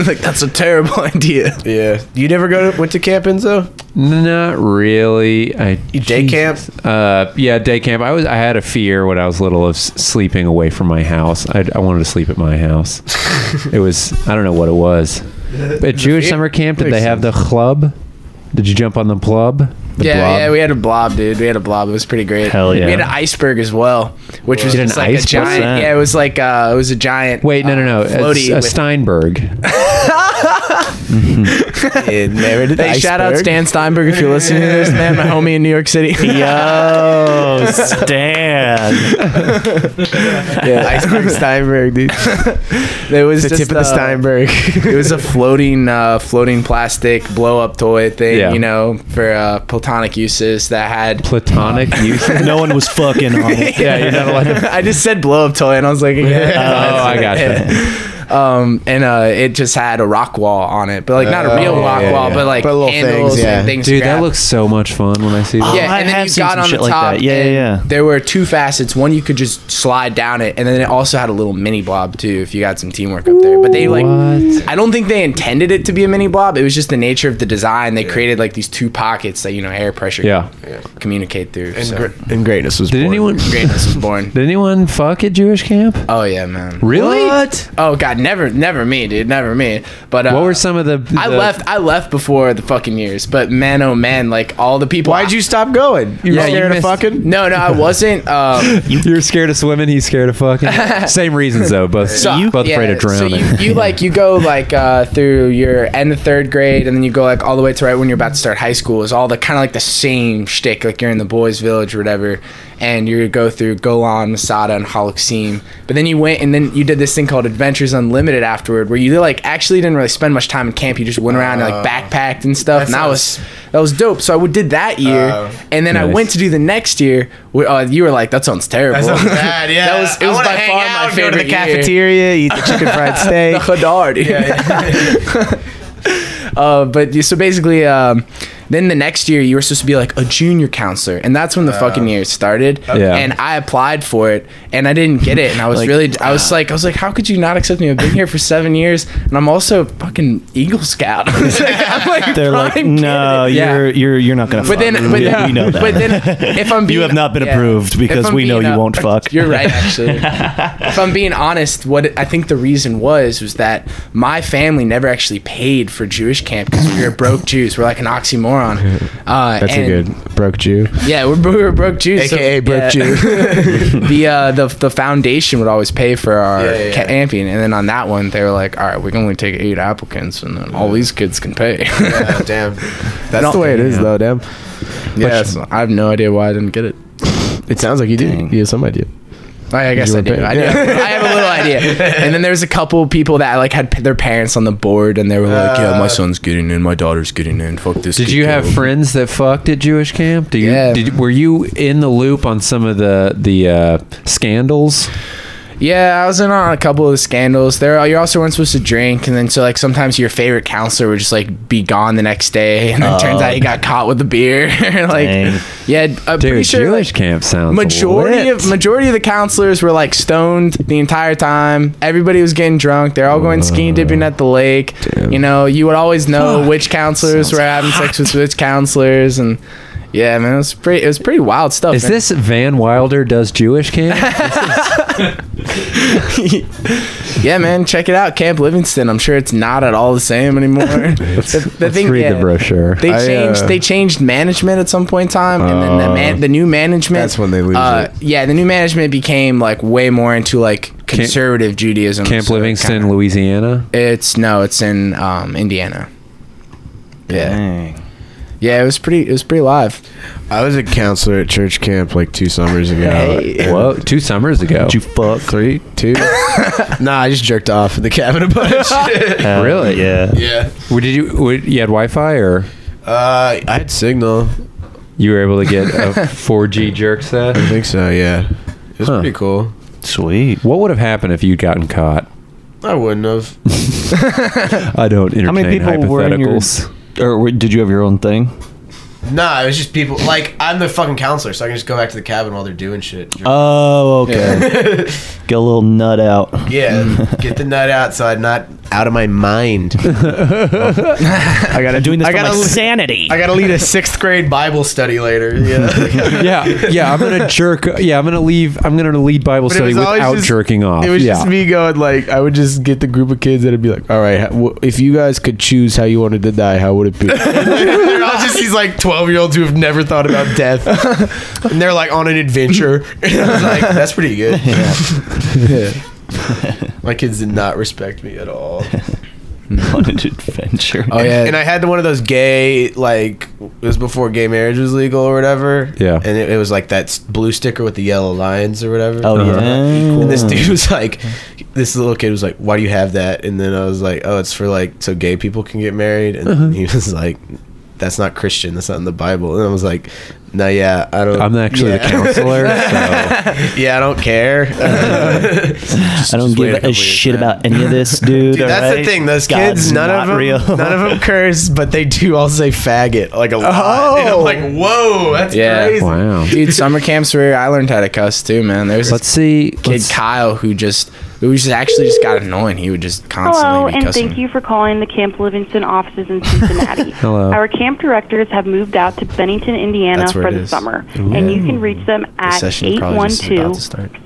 [SPEAKER 4] like that's a terrible idea.
[SPEAKER 9] Yeah. You never go to, went to camp, Enzo?
[SPEAKER 6] Not really. I
[SPEAKER 9] Day camp?
[SPEAKER 6] Uh, yeah, day camp. I was. I had a fear when I was little of s- sleeping away from my house. I, I wanted to sleep at my house. it was. I don't know what it was. At Jewish summer camp, did they have the club? Did you jump on the club? The
[SPEAKER 4] yeah,
[SPEAKER 6] blob?
[SPEAKER 4] yeah, we had a blob, dude. We had a blob. It was pretty great.
[SPEAKER 2] Hell yeah.
[SPEAKER 4] We had an iceberg as well, which was
[SPEAKER 6] You had
[SPEAKER 4] just
[SPEAKER 6] an
[SPEAKER 4] like a
[SPEAKER 6] iceberg?
[SPEAKER 4] giant.
[SPEAKER 2] What's that?
[SPEAKER 4] Yeah, it was like uh, it was a giant.
[SPEAKER 6] Wait, no, no, no.
[SPEAKER 4] uh, Floaty.
[SPEAKER 6] It's a
[SPEAKER 4] with-
[SPEAKER 6] Steinberg.
[SPEAKER 4] hey, shout out Stan Steinberg if you're listening to this, man. My homie in New York City.
[SPEAKER 6] uh,
[SPEAKER 2] Yo, Stan.
[SPEAKER 4] yeah,
[SPEAKER 9] Iceberg Steinberg, dude.
[SPEAKER 4] It was
[SPEAKER 9] The
[SPEAKER 4] just,
[SPEAKER 9] tip of the
[SPEAKER 4] uh,
[SPEAKER 9] Steinberg.
[SPEAKER 4] it was a floating, uh, floating plastic blow up toy thing,
[SPEAKER 6] Yeah.
[SPEAKER 4] you know, for uh, platonic uses that had
[SPEAKER 6] Platonic Oh, youth.
[SPEAKER 2] No one was fucking on it.
[SPEAKER 6] Yeah, you're not allowed to.
[SPEAKER 4] I just said blow up toy, and I was like, yeah.
[SPEAKER 6] Oh, I gotcha.
[SPEAKER 4] um, and uh, it just had a rock wall on it, but like not a real
[SPEAKER 9] Oh,
[SPEAKER 4] rock
[SPEAKER 9] yeah,
[SPEAKER 4] wall,
[SPEAKER 9] yeah.
[SPEAKER 4] but like
[SPEAKER 9] But little
[SPEAKER 4] handles
[SPEAKER 9] things, yeah.
[SPEAKER 4] and things.
[SPEAKER 6] Dude,
[SPEAKER 4] to grab.
[SPEAKER 6] that looks so much fun when I see that.
[SPEAKER 4] Yeah,
[SPEAKER 2] I
[SPEAKER 4] and
[SPEAKER 2] have
[SPEAKER 4] then you
[SPEAKER 2] seen
[SPEAKER 4] got
[SPEAKER 2] some
[SPEAKER 4] on the
[SPEAKER 2] shit
[SPEAKER 4] top.
[SPEAKER 2] like that. Yeah, yeah,
[SPEAKER 4] and
[SPEAKER 2] yeah.
[SPEAKER 4] There were two facets. One you could just slide down it, and then it also had a little mini blob too, if you got some teamwork up there. But they like,
[SPEAKER 6] What?
[SPEAKER 4] I don't think they intended it to be a mini blob. It was just the nature of the design. They created like these two pockets that you know air pressure
[SPEAKER 6] Yeah.
[SPEAKER 4] can communicate through. so.
[SPEAKER 9] and greatness was.
[SPEAKER 6] Did
[SPEAKER 9] born.
[SPEAKER 6] anyone? Did
[SPEAKER 4] greatness was born.
[SPEAKER 6] anyone fuck at Jewish camp?
[SPEAKER 4] Oh yeah, man.
[SPEAKER 6] Really?
[SPEAKER 4] Oh god, never, never me, dude, never me. But uh,
[SPEAKER 6] What were some of the?
[SPEAKER 4] I
[SPEAKER 6] the-
[SPEAKER 4] left. I left before the fucking years. But man, oh man, like all the people.
[SPEAKER 9] Why'd you stop going? You
[SPEAKER 6] Yeah,
[SPEAKER 9] were
[SPEAKER 6] you
[SPEAKER 9] scared of
[SPEAKER 6] missed-
[SPEAKER 9] fucking.
[SPEAKER 4] No, no, I wasn't. Um,
[SPEAKER 6] You're scared of swimming. He's scared of fucking. Same reasons though. Both
[SPEAKER 4] so
[SPEAKER 6] both
[SPEAKER 4] yeah,
[SPEAKER 6] afraid of drowning.
[SPEAKER 4] So you, you like you go like uh, through your end of third grade, and then you go like all the way to right when you're about to start high school. Is all the kind of like the same shtick. Like you're in the boys' village or whatever, and you go through Golan, Masada, and Holokseem. But then you went and then you did this thing called Adventures Unlimited afterward, where you like actually didn't really spend much time in camp. You just went around
[SPEAKER 9] Oh.
[SPEAKER 4] and like backpacked and stuff. and that was that was dope. So I would- did that year,
[SPEAKER 9] Oh.
[SPEAKER 4] and then I
[SPEAKER 6] Nice.
[SPEAKER 4] went to do the next year. wh- Uh, you were like, that sounds terrible.
[SPEAKER 9] bad, yeah.
[SPEAKER 4] That was it
[SPEAKER 9] I
[SPEAKER 4] was
[SPEAKER 9] wanna
[SPEAKER 4] by
[SPEAKER 9] hang
[SPEAKER 4] far
[SPEAKER 9] out,
[SPEAKER 4] my
[SPEAKER 9] go to
[SPEAKER 4] favorite
[SPEAKER 9] the
[SPEAKER 4] year.
[SPEAKER 11] Cafeteria, eat the chicken fried
[SPEAKER 4] The
[SPEAKER 11] steak.
[SPEAKER 4] Hadar, dude. uh, but you- so basically, um, then the next year you were supposed to be like a junior counselor, and that's when the fucking year started.
[SPEAKER 6] Yeah.
[SPEAKER 4] And I applied for it, and I didn't get it, and I was really, I was like, I was like, how could you not accept me? I've been here for seven years, and I'm also a fucking Eagle Scout. I was like, I'm like,
[SPEAKER 2] They're like,
[SPEAKER 4] prime
[SPEAKER 2] no,
[SPEAKER 4] candidate." Yeah.
[SPEAKER 2] you're you're you're not gonna. fuck.
[SPEAKER 4] But then, but
[SPEAKER 2] we,
[SPEAKER 4] then,
[SPEAKER 2] we know that.
[SPEAKER 4] But then, if I'm being,
[SPEAKER 2] you have not been
[SPEAKER 4] yeah.
[SPEAKER 2] approved
[SPEAKER 4] If
[SPEAKER 2] because
[SPEAKER 4] I'm
[SPEAKER 2] we know
[SPEAKER 4] being
[SPEAKER 2] you
[SPEAKER 4] a-
[SPEAKER 2] won't fuck.
[SPEAKER 4] You're right, actually. if I'm being honest, what I think the reason was was that my family never actually paid for Jewish camp because we were broke Jews. We're like an oxymoron. Uh,
[SPEAKER 9] That's a
[SPEAKER 4] and-
[SPEAKER 9] good broke Jew.
[SPEAKER 4] Yeah, we're, we were broke Jews.
[SPEAKER 9] AKA broke
[SPEAKER 4] Jews.
[SPEAKER 9] Jew.
[SPEAKER 4] the uh, the the foundation would always pay for our
[SPEAKER 9] Yeah, yeah, yeah.
[SPEAKER 4] camping, and then on that one they were like, all right, we can only take eight applicants, and then all these kids can pay.
[SPEAKER 9] Yeah, damn. That's
[SPEAKER 4] No.
[SPEAKER 9] the way it is, though. Damn.
[SPEAKER 4] yeah, so I have no idea why I didn't get it.
[SPEAKER 9] It sounds like you did. You had some idea.
[SPEAKER 4] I, I guess
[SPEAKER 9] were
[SPEAKER 4] I do.
[SPEAKER 9] paying-
[SPEAKER 4] I, do. I have a little idea. And then there's a couple people that like had p- their parents on the board, and they were like, "Yeah, my son's getting in, my daughter's getting in. Fuck this."
[SPEAKER 6] Uh, Did
[SPEAKER 4] kid
[SPEAKER 6] you have
[SPEAKER 4] go."
[SPEAKER 6] friends that fucked at Jewish camp? Do you,
[SPEAKER 4] Yeah.
[SPEAKER 6] Did, were you in the loop on some of the the uh, scandals?
[SPEAKER 4] Yeah, I was in on a couple of the scandals. There, you also weren't supposed to drink, and then so like sometimes your favorite counselor would just like be gone the next day, and then it turns out he got caught with a beer. like,
[SPEAKER 2] Dang.
[SPEAKER 4] yeah, I'm pretty
[SPEAKER 6] Oh. Dude,
[SPEAKER 4] sure like,
[SPEAKER 6] Jewish camp sounds
[SPEAKER 4] majority
[SPEAKER 6] lit.
[SPEAKER 4] of majority of the counselors were like stoned the entire time. Everybody was getting drunk. They're all going skinny dipping at the lake. You know, you would always know which counselors were having sex with which counselors, and yeah, man, it was pretty. It was pretty wild stuff.
[SPEAKER 6] Is
[SPEAKER 4] man.
[SPEAKER 6] this Van Wilder does Jewish camp?
[SPEAKER 4] Yeah, man, check it out, Camp Livingston. I'm sure it's not at all the same anymore. the, the
[SPEAKER 6] Let's read
[SPEAKER 4] yeah,
[SPEAKER 6] the brochure.
[SPEAKER 4] They
[SPEAKER 9] I,
[SPEAKER 4] changed.
[SPEAKER 9] uh, Oh.
[SPEAKER 4] they changed management at some point in time, and then the, man, the new management.
[SPEAKER 9] That's when they lose
[SPEAKER 4] Uh, yeah, the new management became like way more into like conservative Judaism.
[SPEAKER 6] camp
[SPEAKER 4] so it
[SPEAKER 6] Livingston,
[SPEAKER 4] kinda-
[SPEAKER 6] Louisiana.
[SPEAKER 4] It's no, it's in um, Indiana. Yeah,
[SPEAKER 2] Dang.
[SPEAKER 4] Yeah, it was pretty. It was pretty live.
[SPEAKER 9] I was a counselor at church camp like two summers ago.
[SPEAKER 6] Whoa, two summers ago.
[SPEAKER 2] Did you fuck?
[SPEAKER 9] Three, two. nah, I just jerked off in the cabin a bunch.
[SPEAKER 2] Hell
[SPEAKER 6] Really?
[SPEAKER 2] Yeah.
[SPEAKER 9] yeah.
[SPEAKER 6] Well, Did you? would- You had Wi-Fi, or
[SPEAKER 9] Uh, I had signal.
[SPEAKER 6] you were able to get a 4G jerk set?
[SPEAKER 9] I think so. Yeah. It was
[SPEAKER 6] Huh.
[SPEAKER 9] pretty cool.
[SPEAKER 2] Sweet.
[SPEAKER 6] What would have happened if you'd gotten caught?
[SPEAKER 9] I wouldn't have.
[SPEAKER 6] I don't entertain
[SPEAKER 2] How many people were in your?
[SPEAKER 6] hypotheticals.
[SPEAKER 2] Or were- did you have your own thing?
[SPEAKER 9] Nah, it was just people. Like I'm the fucking counselor, so I can just go back to the cabin while they're doing shit.
[SPEAKER 2] Oh, okay. Get a little nut out.
[SPEAKER 9] Yeah, get the nut out so I'm not out of my mind.
[SPEAKER 2] I gotta doing this. I gotta sanity.
[SPEAKER 9] I gotta lead a sixth grade Bible study later. Yeah.
[SPEAKER 6] yeah, yeah. I'm gonna jerk. Yeah, I'm gonna leave. I'm gonna lead Bible
[SPEAKER 9] But it
[SPEAKER 6] study
[SPEAKER 9] was always
[SPEAKER 6] without
[SPEAKER 9] just-
[SPEAKER 6] jerking off.
[SPEAKER 9] It was
[SPEAKER 6] yeah.
[SPEAKER 9] just me going like I would just get the group of kids that'd be like, "All right, wh- if you guys could choose how you wanted to die, how would it be?" they're all just these like twelve year olds who have never thought about death, and they're like on an adventure. And I was like, "That's pretty good." My kids did not respect me at all.
[SPEAKER 2] on an adventure.
[SPEAKER 4] Oh yeah,
[SPEAKER 9] And I had one of those gay, like, it was before gay marriage was legal or whatever.
[SPEAKER 6] Yeah.
[SPEAKER 9] And it, it was like that s- blue sticker with the yellow lines or whatever.
[SPEAKER 2] Oh, yeah.
[SPEAKER 9] And this dude was like, this little kid was like, why do you have that? And then I was like, oh, it's for like, so gay people can get married. And
[SPEAKER 2] Uh-huh.
[SPEAKER 9] he was like, that's not Christian. That's not in the Bible. And I was like, no, yeah, I don't.
[SPEAKER 6] I'm actually
[SPEAKER 9] yeah.
[SPEAKER 6] the counselor. So.
[SPEAKER 9] yeah, I don't care.
[SPEAKER 2] I don't
[SPEAKER 9] just wait a
[SPEAKER 2] give
[SPEAKER 9] couple
[SPEAKER 2] a
[SPEAKER 9] years,
[SPEAKER 2] shit
[SPEAKER 9] man.
[SPEAKER 2] about any of this, dude.
[SPEAKER 9] Dude, that's the thing. Those kids, none of them, none of them curse, but they do all say faggot like a lot. And I'm like, whoa, that's
[SPEAKER 4] Oh! Yeah.
[SPEAKER 9] crazy.
[SPEAKER 6] Wow.
[SPEAKER 4] dude, summer camps were. I learned how to cuss too, man. There was
[SPEAKER 6] Let's
[SPEAKER 4] this
[SPEAKER 6] see.
[SPEAKER 4] kid
[SPEAKER 6] let's-
[SPEAKER 4] Kyle who just who just actually just got annoying. He would just constantly
[SPEAKER 12] Hello,
[SPEAKER 4] be
[SPEAKER 12] and
[SPEAKER 4] cussing.
[SPEAKER 12] thank you for calling the Camp Livingston offices in Cincinnati.
[SPEAKER 6] Hello.
[SPEAKER 12] Our camp directors have moved out to Bennington, Indiana
[SPEAKER 4] That's where
[SPEAKER 12] for
[SPEAKER 4] it
[SPEAKER 12] the
[SPEAKER 4] is.
[SPEAKER 12] summer, and you can reach them at
[SPEAKER 4] session probably just is about to start. Ah,
[SPEAKER 12] 812-427-2202.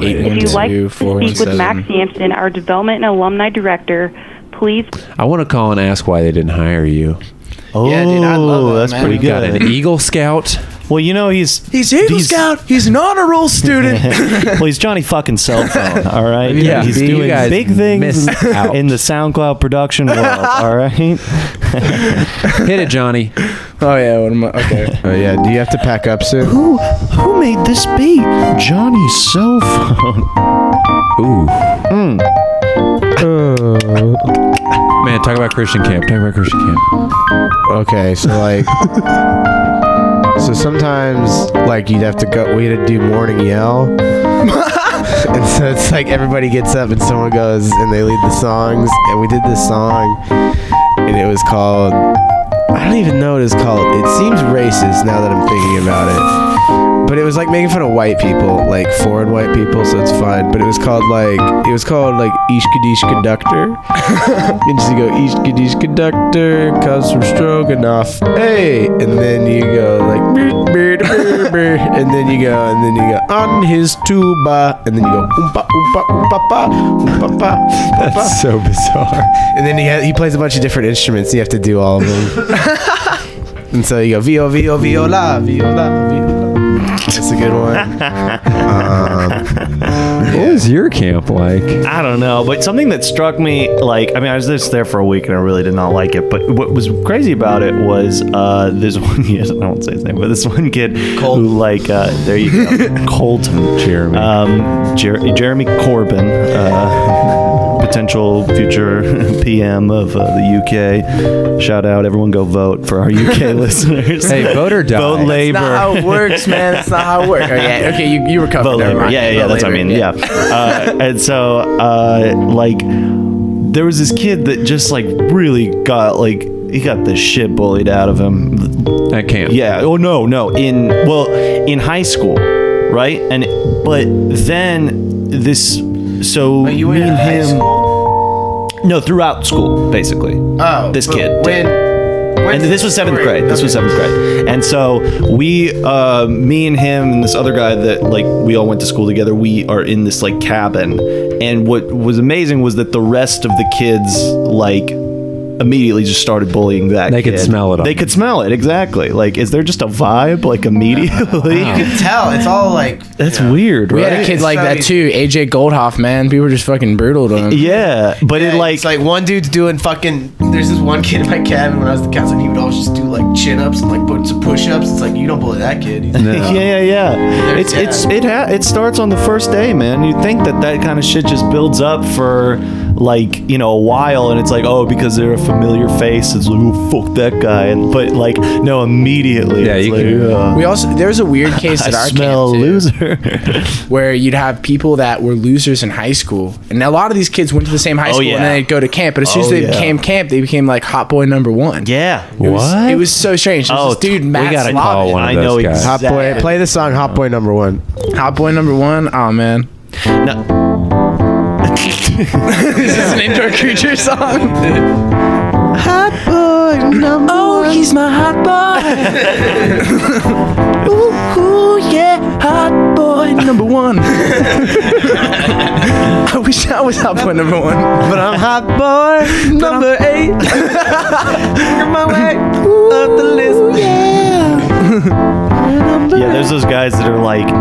[SPEAKER 4] read it.
[SPEAKER 12] if you
[SPEAKER 4] 812-427-2202.
[SPEAKER 12] would like to speak with Max Sampson, our development and alumni director, please
[SPEAKER 6] I want to call and ask why they didn't hire you.
[SPEAKER 2] Oh,
[SPEAKER 4] Yeah, dude, I love that,
[SPEAKER 2] that's
[SPEAKER 4] man.
[SPEAKER 2] pretty
[SPEAKER 4] We
[SPEAKER 6] Got an
[SPEAKER 2] good.
[SPEAKER 6] Eagle Scout.
[SPEAKER 2] Well, you know he's
[SPEAKER 4] He's Eagle
[SPEAKER 2] These-
[SPEAKER 4] Scout. He's an honor roll student.
[SPEAKER 2] well, he's Johnny fucking cell phone. All right,
[SPEAKER 6] Yeah,
[SPEAKER 2] he's
[SPEAKER 6] you
[SPEAKER 2] doing
[SPEAKER 6] guys
[SPEAKER 2] big things
[SPEAKER 6] missed out.
[SPEAKER 2] in the SoundCloud production world. All right,
[SPEAKER 6] Hit it, Johnny.
[SPEAKER 4] oh yeah, what am I? Okay.
[SPEAKER 9] Oh yeah, do you have to pack up soon?
[SPEAKER 2] who who made this beat? Johnny cell phone.
[SPEAKER 6] Ooh. Hmm. Man, talk about Christian camp. Talk about Christian camp.
[SPEAKER 9] Okay, so like, so sometimes like you'd have to go. We had to do morning yell, and so it's like everybody gets up and someone goes and they lead the songs, and we did this song, and it was called. I don't even know what it's called. It seems racist now that I'm thinking about it. But it was like making fun of white people, like foreign white people, so it's fine. But it was called like it was called like Ishkadish Conductor. And you go, each Giddy's conductor comes from Stroganoff. Hey! And then you go, like, beep, beep, beep, beep. and then you go, and then you go, on his tuba. And then you go, oompa, oompa, oompa, pa, oompa, pa, oompa, pa.
[SPEAKER 6] So bizarre.
[SPEAKER 9] And then he, ha- he plays a bunch of different instruments. You have to do all of them. and so you go, vio, vio, viola, viola, viola. That's a good one.
[SPEAKER 6] What was your camp like?
[SPEAKER 2] I don't know, but something that struck me, like, I mean, I was just there for a week and I really did not like it. But what was crazy about it was uh, this one kid, I won't say his name, but this one kid who, like, uh, there you go, Colton.
[SPEAKER 6] Jeremy.
[SPEAKER 2] Um, Jer- Jeremy Corbyn, uh, potential future PM of uh, the UK. Shout out, everyone go vote for our UK listeners.
[SPEAKER 6] Hey, vote or die.
[SPEAKER 2] Vote
[SPEAKER 6] That's
[SPEAKER 2] Labour.
[SPEAKER 4] That's not how it works, man. That's not how it works. Oh, yeah. Okay, you, you recovered.
[SPEAKER 2] Vote
[SPEAKER 4] Never
[SPEAKER 2] Labor.
[SPEAKER 4] mind.
[SPEAKER 2] Yeah, yeah, yeah
[SPEAKER 4] Vote
[SPEAKER 2] that's what I
[SPEAKER 4] Labor,
[SPEAKER 2] mean. Yeah. Uh, and so, uh, like, there was this kid that just, like, really got, like, he got the shit bullied out of him.
[SPEAKER 6] At camp.
[SPEAKER 2] Yeah. Oh, no, no. In, well, in high school, right? And, but then this, so
[SPEAKER 9] you
[SPEAKER 2] me
[SPEAKER 9] went
[SPEAKER 2] and
[SPEAKER 9] to high
[SPEAKER 2] him. No, throughout school, basically.
[SPEAKER 9] Oh,
[SPEAKER 2] This
[SPEAKER 9] but
[SPEAKER 2] kid did.
[SPEAKER 9] when
[SPEAKER 2] And this was seventh grade. This was seventh grade. And so we, uh, me and him and this other guy that like we all went to school together. We are in this like cabin, and what was amazing was that the rest of the kids like immediately just started bullying that.
[SPEAKER 6] They could
[SPEAKER 2] kid.
[SPEAKER 6] smell it on
[SPEAKER 2] They
[SPEAKER 6] them.
[SPEAKER 2] could smell it exactly. Like, is there just a vibe like immediately?
[SPEAKER 9] Tell, it's all like.
[SPEAKER 2] That's weird,
[SPEAKER 4] We
[SPEAKER 2] right?
[SPEAKER 4] had a kid
[SPEAKER 9] It's
[SPEAKER 4] like
[SPEAKER 9] so
[SPEAKER 4] that too, AJ Goldhoff, man. People were just fucking brutal to him.
[SPEAKER 2] yeah, but it like
[SPEAKER 9] it's like one dude's doing fucking. They're there's this one kid in my cabin when I was the counselor, he would always just do like chin ups and like put some push ups. It's like you don't bully that kid. He's
[SPEAKER 2] Yeah, yeah, yeah. It's it's it ha- it starts on the first day, man. You think that that kind of shit just builds up for like you know a while, and it's like oh because they're a familiar face, it's like oh fuck that guy, and but like no immediately.
[SPEAKER 6] Yeah,
[SPEAKER 2] it's
[SPEAKER 6] you
[SPEAKER 2] like,
[SPEAKER 6] can-
[SPEAKER 2] "Ugh,
[SPEAKER 4] We also there was a weird case at our
[SPEAKER 2] I
[SPEAKER 4] camp,
[SPEAKER 2] smell
[SPEAKER 4] too,
[SPEAKER 2] loser.
[SPEAKER 4] where you'd have people that were losers in high school, and a lot of these kids went to the same high
[SPEAKER 2] Oh,
[SPEAKER 4] school and
[SPEAKER 2] yeah.
[SPEAKER 4] then they'd go to camp. But as soon as
[SPEAKER 2] Oh,
[SPEAKER 4] they
[SPEAKER 2] yeah.
[SPEAKER 4] became camp, they became like hot boy number one.
[SPEAKER 2] yeah,
[SPEAKER 4] It was, it was so strange. It was
[SPEAKER 2] Oh,
[SPEAKER 4] this dude,
[SPEAKER 2] we
[SPEAKER 4] Matt
[SPEAKER 6] gotta
[SPEAKER 4] Slavin.
[SPEAKER 6] call one of
[SPEAKER 2] I
[SPEAKER 6] those
[SPEAKER 2] know
[SPEAKER 6] guys.
[SPEAKER 9] Hot
[SPEAKER 2] exactly.
[SPEAKER 9] boy, play the song "Hot Boy Number One."
[SPEAKER 4] Hot boy number one. Oh man, this is an indoor creature song.
[SPEAKER 11] Oh, he's my hot boy.
[SPEAKER 4] Ooh yeah, hot boy number one. I wish I was hot boy number one, but I'm hot boy number eight. my way up the list.
[SPEAKER 2] Yeah, there's those guys that are like, you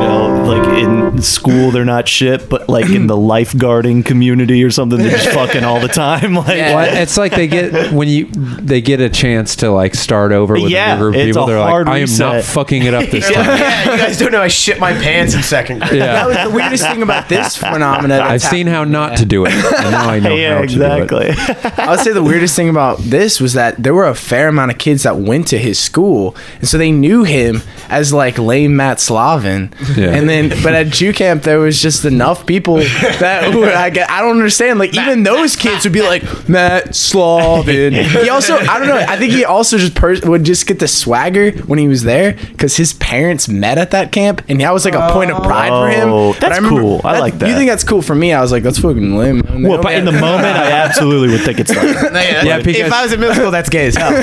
[SPEAKER 2] know, like in school they're not shit, but like in the lifeguarding community or something, they're just fucking all the time. Like,
[SPEAKER 6] Well, it's like they get when you they get a chance to like start over with
[SPEAKER 2] Yeah,
[SPEAKER 6] a group of
[SPEAKER 2] it's
[SPEAKER 6] people.
[SPEAKER 2] a
[SPEAKER 6] They're like,
[SPEAKER 2] hard
[SPEAKER 6] I am not
[SPEAKER 2] reset."
[SPEAKER 6] fucking it up this time.
[SPEAKER 9] yeah, you guys don't know I shit my pants in second grade.
[SPEAKER 4] That was
[SPEAKER 6] Yeah,
[SPEAKER 4] the weirdest thing about this phenomena.
[SPEAKER 6] I've
[SPEAKER 4] that's
[SPEAKER 6] seen how not to do it, and now I know
[SPEAKER 2] yeah,
[SPEAKER 6] how to do
[SPEAKER 2] exactly.
[SPEAKER 6] it.
[SPEAKER 4] I would say the weirdest thing about this was that there were a fair amount of kids that went to his school, and so they knew him as like lame Matt Slavin.
[SPEAKER 6] Yeah.
[SPEAKER 4] And then, but at Jew camp, there was just enough people that were, I, gue- I don't understand. Like even those kids would be like Matt Slavin. He also, I don't know. I think he also just per- would just get the swagger when he was there because his parents met at that camp, and that was like a point of pride for him.
[SPEAKER 2] Oh,
[SPEAKER 4] But
[SPEAKER 2] that's cool. I like that.
[SPEAKER 4] You think that's cool for me? I was like, that's fucking lame. man.
[SPEAKER 2] Well, but in the moment, I absolutely would think it's like.
[SPEAKER 6] Yeah, because
[SPEAKER 9] If I was in middle school, that's gay as hell.
[SPEAKER 2] I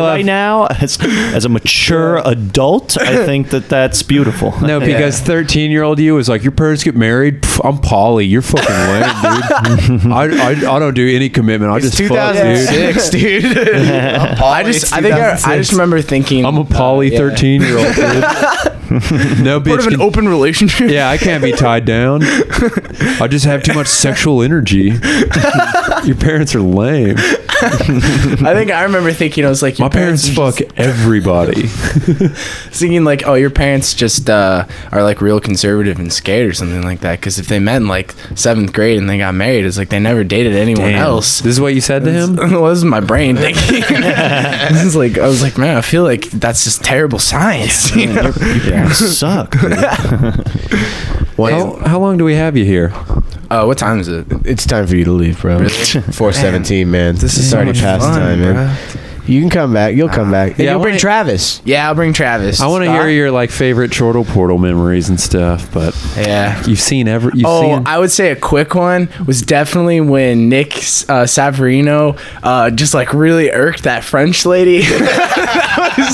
[SPEAKER 2] right now, as, as a mature adult, I think that that's beautiful.
[SPEAKER 6] no, because thirteen-year-old you is like your parents get married. Pff, I'm Polly. You're fucking lame, dude. I, I, I don't do any commitment. I just fuck, dude.
[SPEAKER 9] 2006, dude.
[SPEAKER 4] I just, I think I, I just remember thinking,
[SPEAKER 6] I'm a Polly thirteen-year-old dude. No bitch. can-
[SPEAKER 4] open relationship.
[SPEAKER 6] yeah, I can't be tied down. I just have too much sexual energy. Your parents are lame.
[SPEAKER 4] I think I remember thinking I was like,
[SPEAKER 6] My
[SPEAKER 4] your
[SPEAKER 6] parents
[SPEAKER 4] are
[SPEAKER 6] fuck everybody.
[SPEAKER 4] just thinking like, oh, your parents just uh, are like real conservative and scared or something like that. Because if they met in like seventh grade and they got married, it's like they never dated anyone else.
[SPEAKER 6] This is what you said to him?
[SPEAKER 4] well, this is my brain thinking. this is like I was like, man, I feel like that's just terrible science. you know?
[SPEAKER 2] suck.
[SPEAKER 6] How, how long do we have you here?
[SPEAKER 4] Uh, what time is it?
[SPEAKER 9] It's time for you to leave, bro. 417, man. This is already past
[SPEAKER 4] fun,
[SPEAKER 9] time, man. You can come back. You'll come back. And
[SPEAKER 6] Yeah, I
[SPEAKER 9] you'll bring
[SPEAKER 6] wanna-
[SPEAKER 9] Travis.
[SPEAKER 4] Yeah, I'll bring Travis.
[SPEAKER 6] I want to hear your like favorite Chortle Portal memories and stuff, but
[SPEAKER 4] Yeah.
[SPEAKER 6] you've seen every. You've
[SPEAKER 4] Oh,
[SPEAKER 6] seen,
[SPEAKER 4] I would say a quick one was definitely when Nick uh, Savarino uh, just like really irked that French lady. that was,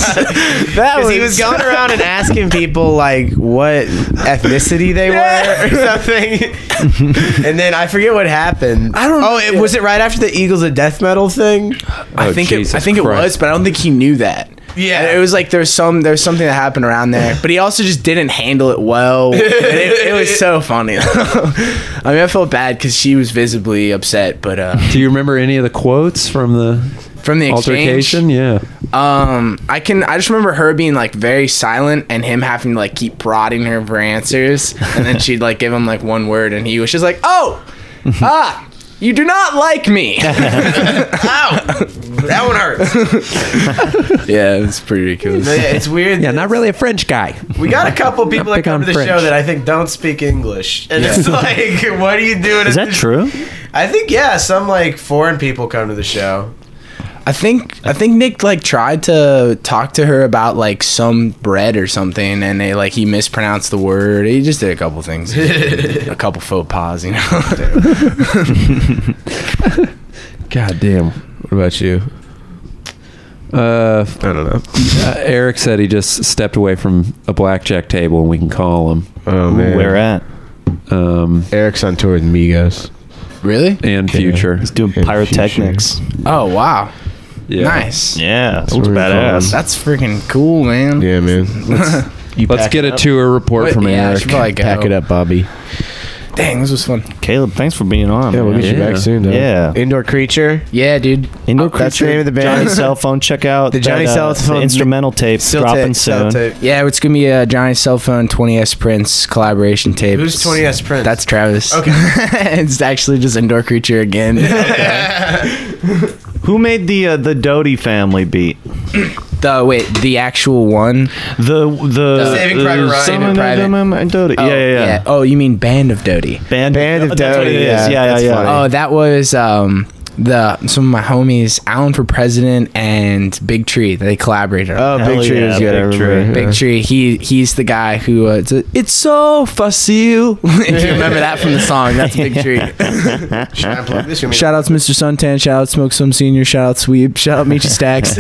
[SPEAKER 4] that
[SPEAKER 9] Because he was going around and asking people like what ethnicity they were or something, and then I forget what happened.
[SPEAKER 4] I don't-
[SPEAKER 9] Oh, it, was it right after the Eagles of Death Metal thing?
[SPEAKER 4] I
[SPEAKER 6] Oh,
[SPEAKER 4] think
[SPEAKER 6] Jesus
[SPEAKER 4] it, I think it
[SPEAKER 6] Christ.
[SPEAKER 4] was, but I don't think he knew that.
[SPEAKER 9] Yeah.
[SPEAKER 4] And it was like there's some there's something that happened around there, but he also just didn't handle it well. And it, it was so funny. I mean, I felt bad because she was visibly upset, but uh,
[SPEAKER 6] do you remember any of the quotes from the
[SPEAKER 4] from the exchange,
[SPEAKER 6] altercation? Yeah.
[SPEAKER 4] Um, I can. I just remember her being like very silent, and him having to like keep prodding her for answers, and then she'd like give him like one word, and he was just like, "Oh, ah, you do not like me."
[SPEAKER 9] That one hurts.
[SPEAKER 4] yeah, it's pretty ridiculous.
[SPEAKER 9] yeah, it's weird.
[SPEAKER 6] Yeah, not really a French guy.
[SPEAKER 9] We got a couple people that
[SPEAKER 6] Pick
[SPEAKER 9] come
[SPEAKER 6] on
[SPEAKER 9] to the
[SPEAKER 6] French.
[SPEAKER 9] show that I think don't speak English, and it's like, what are you doing?
[SPEAKER 2] Is that true?
[SPEAKER 9] I think yeah, some like foreign people come to the show.
[SPEAKER 4] I think I think Nick like tried to talk to her about uh, like some bread or something, and they like he mispronounced the word. He just did a couple things, a couple faux pas, you know.
[SPEAKER 6] God damn.
[SPEAKER 9] What about you?
[SPEAKER 6] Uh,
[SPEAKER 9] I don't know.
[SPEAKER 6] uh, Eric said he just stepped away from a blackjack table, and we can call him.
[SPEAKER 9] Oh man,
[SPEAKER 2] Where at?
[SPEAKER 6] Um,
[SPEAKER 9] Eric's on tour with Migos.
[SPEAKER 4] really?
[SPEAKER 6] and future.
[SPEAKER 2] He's doing pyrotechnics.
[SPEAKER 4] Oh wow,
[SPEAKER 6] Yeah.
[SPEAKER 4] nice.
[SPEAKER 2] Yeah, that's looks
[SPEAKER 9] what we call
[SPEAKER 2] badass.
[SPEAKER 4] That's freaking cool, man.
[SPEAKER 9] Yeah, man.
[SPEAKER 6] Let's get a tour report
[SPEAKER 4] Wait,
[SPEAKER 6] from
[SPEAKER 4] yeah, I
[SPEAKER 6] Eric.
[SPEAKER 4] should probably go.
[SPEAKER 9] Pack it up, Bobby.
[SPEAKER 4] Dang, this was fun.
[SPEAKER 2] Caleb, thanks for being on.
[SPEAKER 9] Yeah, we'll
[SPEAKER 2] man.
[SPEAKER 9] get you back soon. Though.
[SPEAKER 2] Yeah.
[SPEAKER 9] Indoor Creature.
[SPEAKER 4] Yeah, dude.
[SPEAKER 2] Indoor Creature.
[SPEAKER 9] That's the name of the band.
[SPEAKER 2] Johnny Cell Phone. Check out
[SPEAKER 9] The Johnny
[SPEAKER 2] that, uh,
[SPEAKER 9] Cell
[SPEAKER 2] the
[SPEAKER 9] Phone-
[SPEAKER 2] instrumental tape
[SPEAKER 9] Still
[SPEAKER 2] dropping
[SPEAKER 9] tape, still
[SPEAKER 2] soon.
[SPEAKER 9] tape.
[SPEAKER 4] Yeah, it's gonna be uh, Johnny's cell phone 20s Prince collaboration tape.
[SPEAKER 9] Who's 20s Prince?
[SPEAKER 4] That's Travis. Okay, it's actually just indoor creature again.
[SPEAKER 2] Who made the uh, the Doty family beat?
[SPEAKER 4] the wait, the actual one.
[SPEAKER 2] The the
[SPEAKER 9] Saving Private
[SPEAKER 2] uh,
[SPEAKER 9] Ryan.
[SPEAKER 2] Saving
[SPEAKER 4] Saving Private.
[SPEAKER 2] Private Doty. yeah, yeah, yeah.
[SPEAKER 4] Oh, you mean Band of Doty?
[SPEAKER 2] Band,
[SPEAKER 9] Band of
[SPEAKER 2] Oh, that's what it
[SPEAKER 9] Doty,
[SPEAKER 2] is.
[SPEAKER 9] yeah,
[SPEAKER 2] Yeah, yeah,
[SPEAKER 9] that's
[SPEAKER 2] yeah.
[SPEAKER 9] funny.
[SPEAKER 4] Oh, that was um the some of my homies, Alan for President and Big Tree. They collaborated.
[SPEAKER 9] Oh,
[SPEAKER 2] Hell
[SPEAKER 9] Big Tree
[SPEAKER 2] yeah,
[SPEAKER 9] was good. I
[SPEAKER 2] Big
[SPEAKER 9] remember.
[SPEAKER 2] Tree.
[SPEAKER 9] Yeah.
[SPEAKER 4] Big Tree. He he's the guy who uh, it's, a- it's so facile. if you remember that from the song, that's Big Tree.
[SPEAKER 9] Should I plug this? You want me to-
[SPEAKER 4] shout out to Mr. Suntan. Shout out Smoke Some Senior. Shout out Sweep. Shout out Michi Stacks.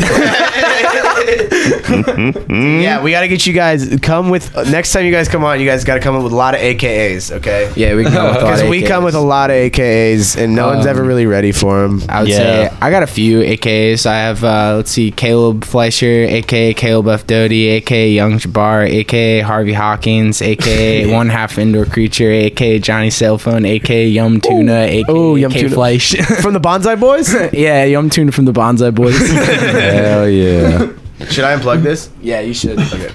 [SPEAKER 9] Yeah, we got to get you guys. Come with next time you guys come on. You guys got to come up with a lot of AKAs, okay?
[SPEAKER 4] yeah, we can go with a lot
[SPEAKER 9] Because
[SPEAKER 4] of
[SPEAKER 9] we come
[SPEAKER 4] AKs.
[SPEAKER 9] with a lot of AKAs, and no one's
[SPEAKER 4] Um,
[SPEAKER 9] ever really ready for them.
[SPEAKER 4] I would
[SPEAKER 2] Yeah.
[SPEAKER 4] say I got a few AKs. I have uh, let's see, Caleb Fleischer, aka Caleb F. Doty, aka Young Jabbar, aka Harvey Hawkins, aka One Half Indoor Creature, aka Johnny Cell Phone, aka Yum Tuna, aka
[SPEAKER 9] Ooh, Yum
[SPEAKER 4] Yum
[SPEAKER 9] Tuna.
[SPEAKER 4] Fleisch.
[SPEAKER 9] From the Bonsai Boys?
[SPEAKER 4] yeah, Yum Tuna from the Bonsai Boys.
[SPEAKER 6] Hell yeah.
[SPEAKER 9] Should I unplug this?
[SPEAKER 4] yeah, you should. Okay.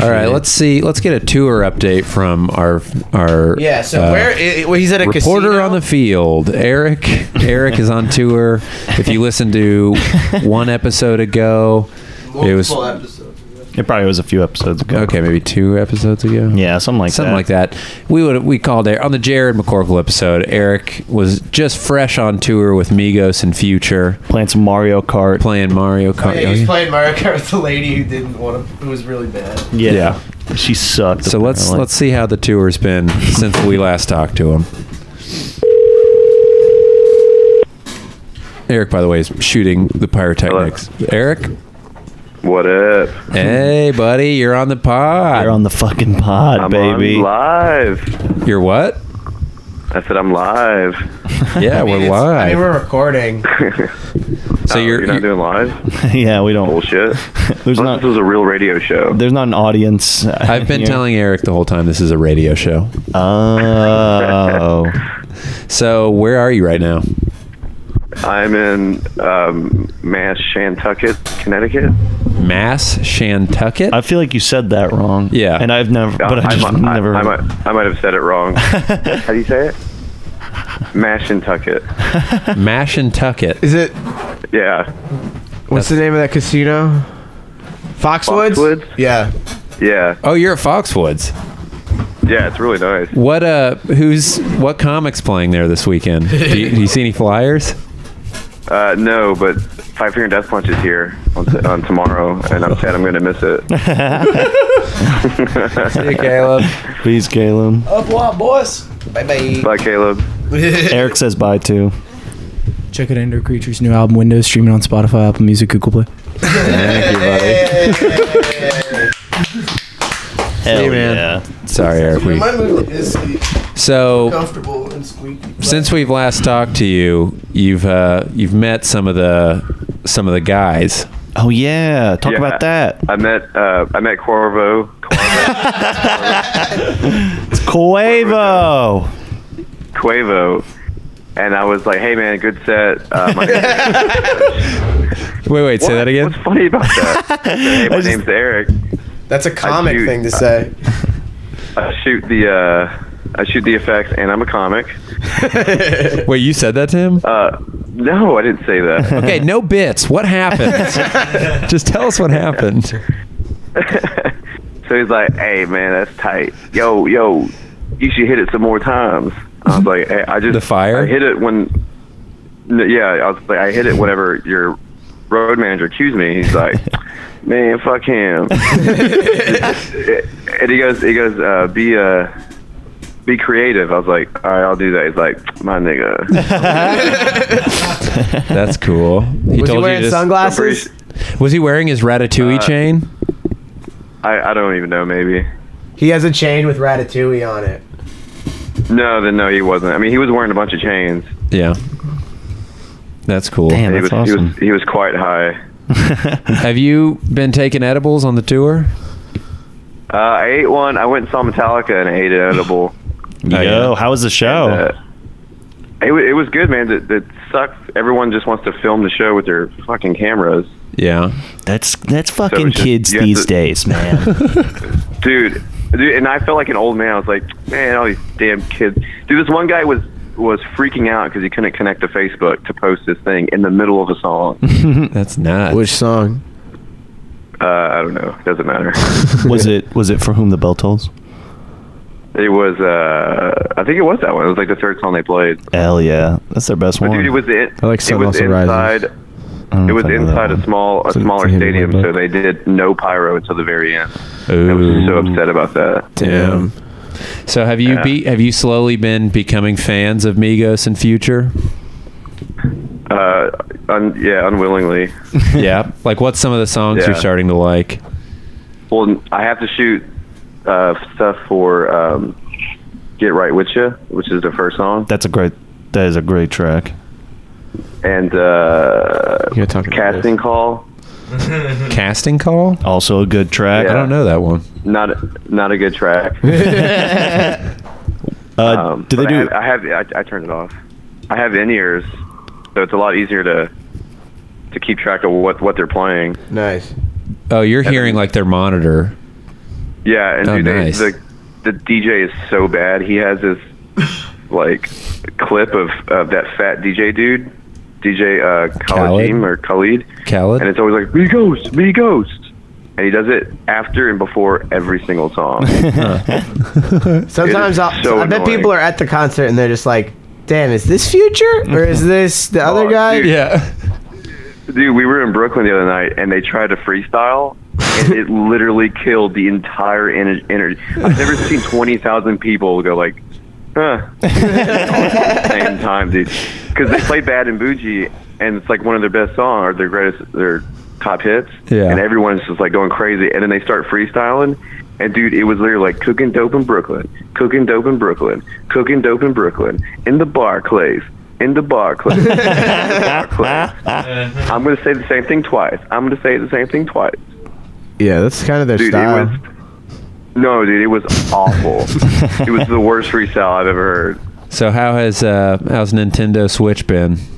[SPEAKER 6] All right, let's see. Let's get a tour update from our our
[SPEAKER 9] Yeah. So
[SPEAKER 6] uh,
[SPEAKER 9] where i- i- he's at a
[SPEAKER 6] reporter
[SPEAKER 9] casino.
[SPEAKER 6] on the field. Eric Eric is on tour. If you listened to one episode ago, it was
[SPEAKER 2] It probably was a few episodes ago.
[SPEAKER 6] okay, maybe two episodes ago.
[SPEAKER 2] Yeah, something like
[SPEAKER 6] something
[SPEAKER 2] that.
[SPEAKER 6] like that. We would we called Eric on the Jared McCorkle episode. Eric was just fresh on tour with Migos and Future,
[SPEAKER 2] Playing some Mario Kart.
[SPEAKER 6] playing Mario Kart.
[SPEAKER 9] Yeah, he was playing Mario Kart with the lady who didn't want to. Who was really bad.
[SPEAKER 2] yeah. She sucked.
[SPEAKER 6] So let's
[SPEAKER 2] apparently.
[SPEAKER 6] let's see how the tour's been since we last talked to him. Eric, by the way, is shooting the pyrotechnics. Eric,
[SPEAKER 8] What up?
[SPEAKER 6] hey buddy, you're on the pod.
[SPEAKER 2] You're on the fucking pod,
[SPEAKER 8] I'm
[SPEAKER 2] baby.
[SPEAKER 8] on live.
[SPEAKER 6] You're what?
[SPEAKER 8] I said I'm live.
[SPEAKER 6] Yeah, we're live.
[SPEAKER 9] I mean, we're recording.
[SPEAKER 6] so
[SPEAKER 8] Oh,
[SPEAKER 6] you're,
[SPEAKER 8] not
[SPEAKER 6] you're-
[SPEAKER 8] doing live?
[SPEAKER 2] yeah, we don't.
[SPEAKER 8] Bullshit.
[SPEAKER 2] There's
[SPEAKER 9] Uh,
[SPEAKER 8] Unless
[SPEAKER 2] not.
[SPEAKER 8] this was a real radio show.
[SPEAKER 2] There's not an audience. uh,
[SPEAKER 6] I've been
[SPEAKER 2] here.
[SPEAKER 6] telling Eric the whole time this is a radio show.
[SPEAKER 2] Oh.
[SPEAKER 6] So where are you right now?
[SPEAKER 8] I'm in um, Mass, Shantucket, Connecticut.
[SPEAKER 6] Mass Shantucket.
[SPEAKER 2] I feel like you said that wrong.
[SPEAKER 6] Yeah.
[SPEAKER 2] And I've never.
[SPEAKER 8] Uh,
[SPEAKER 2] But I just
[SPEAKER 8] I, mi- I-
[SPEAKER 2] never.
[SPEAKER 8] I, might, I might have said it wrong. How do you say it? Mass Shantucket.
[SPEAKER 6] Mash and Tucket.
[SPEAKER 9] Is it?
[SPEAKER 8] Yeah.
[SPEAKER 9] What's the name of that casino? Foxwoods.
[SPEAKER 8] Foxwoods?
[SPEAKER 9] Yeah.
[SPEAKER 8] Yeah.
[SPEAKER 6] Oh, you're at Foxwoods.
[SPEAKER 8] Yeah, it's really nice.
[SPEAKER 6] What uh? Who's what comics playing there this weekend? Do you, do you see any flyers?
[SPEAKER 8] Uh, no, but Five Finger Death Punch is here on, t- on tomorrow, and I'm sad I'm going to miss it.
[SPEAKER 6] Hey, Caleb.
[SPEAKER 2] Please, Galen.
[SPEAKER 8] Bye, Caleb.
[SPEAKER 2] Eric says bye too.
[SPEAKER 4] Check out Indoor Creature's new album Windows streaming on Spotify, Apple Music, Google Play.
[SPEAKER 2] Hell yeah.
[SPEAKER 6] Sorry, Eric. We, so
[SPEAKER 9] Comfortable and squeaky.
[SPEAKER 6] since we've last talked to you, you've uh, you've met some of the some of the guys.
[SPEAKER 2] Oh yeah. Talk
[SPEAKER 8] Yeah.
[SPEAKER 2] about that.
[SPEAKER 8] I met uh, I met Corvo.
[SPEAKER 2] It's Quavo.
[SPEAKER 8] Quavo, and I was like, "Hey man, good set." Uh, my
[SPEAKER 6] Wait, wait, say that again.
[SPEAKER 8] What's funny about that? I said, hey, my name's Eric.
[SPEAKER 9] That's a comic
[SPEAKER 8] do-
[SPEAKER 9] thing to say.
[SPEAKER 8] I shoot the uh, I shoot the effects, and I'm a comic.
[SPEAKER 6] Wait, you said that to him?
[SPEAKER 8] Uh, no, I didn't say that.
[SPEAKER 6] okay, no bits. What happened? Just tell us what happened.
[SPEAKER 8] so he's like, "Hey man, that's tight. Yo, yo, you should hit it some more times." I was like, hey, "I just
[SPEAKER 6] The fire?
[SPEAKER 8] I hit it when, no, yeah. I was like, I hit it whenever your road manager accused me. He's like, "Man, fuck him." and he goes, he goes, uh, be uh, be creative. I was like, all right, I'll do that. He's like, my nigga.
[SPEAKER 6] That's cool. He
[SPEAKER 9] Was he wearing
[SPEAKER 6] just-
[SPEAKER 8] I'm pretty
[SPEAKER 9] sunglasses?
[SPEAKER 8] su-
[SPEAKER 6] Was he wearing his ratatouille
[SPEAKER 8] Uh,
[SPEAKER 6] chain?
[SPEAKER 8] I, I don't even know. Maybe
[SPEAKER 9] He has a chain with ratatouille on it.
[SPEAKER 8] no, then no, he wasn't. I mean, he was wearing a bunch of chains.
[SPEAKER 6] Yeah. That's cool.
[SPEAKER 2] Damn,
[SPEAKER 8] he was
[SPEAKER 2] that's awesome.
[SPEAKER 8] he was he was quite high.
[SPEAKER 6] Have you been taking edibles on the tour?
[SPEAKER 8] Uh, I ate one. I went and saw Metallica and I ate an edible.
[SPEAKER 2] Yo, how was the show?
[SPEAKER 8] It, wa- it was good, man. That, that sucked. Everyone just wants to film the show with their fucking cameras.
[SPEAKER 6] Yeah.
[SPEAKER 2] That's that's fucking
[SPEAKER 8] just-
[SPEAKER 2] kids
[SPEAKER 8] you have
[SPEAKER 2] these
[SPEAKER 8] to-
[SPEAKER 2] days, man.
[SPEAKER 8] dude, dude and i felt like an old man i was like man all these damn kids dude this one guy was was freaking out because he couldn't connect to facebook to post this thing in the middle of a song
[SPEAKER 6] That's nuts.
[SPEAKER 9] Which song?
[SPEAKER 8] uh, i don't know doesn't matter
[SPEAKER 2] was it was it for whom the bell tolls?
[SPEAKER 8] it was uh i think it was that one it was like the third song they played
[SPEAKER 2] Hell yeah, that's their best
[SPEAKER 8] but
[SPEAKER 2] one.
[SPEAKER 8] dude it was it,
[SPEAKER 2] I like
[SPEAKER 8] it
[SPEAKER 2] Sun
[SPEAKER 8] was
[SPEAKER 2] Also Rises.
[SPEAKER 8] inside it was inside a small a smaller
[SPEAKER 2] hidden
[SPEAKER 8] stadium
[SPEAKER 2] one,
[SPEAKER 8] so they did no pyro until the very end i was so upset about that
[SPEAKER 6] Damn. So have you
[SPEAKER 8] Yeah.
[SPEAKER 6] be have you slowly been becoming fans of Migos and Future?
[SPEAKER 8] uh un, yeah unwillingly
[SPEAKER 6] yeah. Like what's some of the songs
[SPEAKER 8] Yeah.
[SPEAKER 6] you're starting to like?
[SPEAKER 8] Well, I have to shoot uh, stuff for um, "Get Right With You," which is the first song,
[SPEAKER 2] That's a great. That is a great track.
[SPEAKER 8] and uh, "Casting Call."
[SPEAKER 6] Casting call?
[SPEAKER 2] Also a good track.
[SPEAKER 8] Yeah.
[SPEAKER 6] I don't know that one.
[SPEAKER 8] Not not a good track. um,
[SPEAKER 2] do uh, they
[SPEAKER 8] but
[SPEAKER 2] do-
[SPEAKER 8] I have, I have I, I turned it off. I have in ears, so it's a lot easier to to keep track of what what they're playing.
[SPEAKER 9] Nice.
[SPEAKER 6] Oh, you're hearing like their monitor.
[SPEAKER 8] Yeah, and
[SPEAKER 6] Oh,
[SPEAKER 8] dude, they-
[SPEAKER 6] nice.
[SPEAKER 8] the the DJ is so bad. He has this like clip of, of that fat DJ dude, DJ uh, Khalid or Khalid,
[SPEAKER 6] Khaled.
[SPEAKER 8] and it's always like me ghost, me ghost, and he does it after and before every single song.
[SPEAKER 9] Sometimes
[SPEAKER 8] It is
[SPEAKER 9] I'll,
[SPEAKER 8] so
[SPEAKER 9] I bet
[SPEAKER 8] annoying.
[SPEAKER 9] people are at the concert and they're just like, "Damn, is this Future or is this the other guy?"
[SPEAKER 6] Yeah.
[SPEAKER 8] Dude, we were in Brooklyn the other night, and they tried to freestyle, and it literally killed the entire ener- energy. I've never seen twenty thousand people go like, huh, all at the same time, dude, because they play Bad and Bougie, and it's like one of their best songs or their greatest, their top hits,
[SPEAKER 6] Yeah.
[SPEAKER 8] and everyone's just like going crazy, and then they start freestyling. And dude, it was literally like cooking dope in Brooklyn, cooking dope in Brooklyn, cooking dope in Brooklyn, in the Barclays, in the Barclays, in the Barclays. I'm gonna say the same thing twice. I'm gonna say the same thing twice.
[SPEAKER 9] Yeah, that's kind of their
[SPEAKER 8] Dude,
[SPEAKER 9] style.
[SPEAKER 8] it was no, dude, it was awful. it was the worst resale I've ever heard.
[SPEAKER 6] So how has uh how's Nintendo Switch been?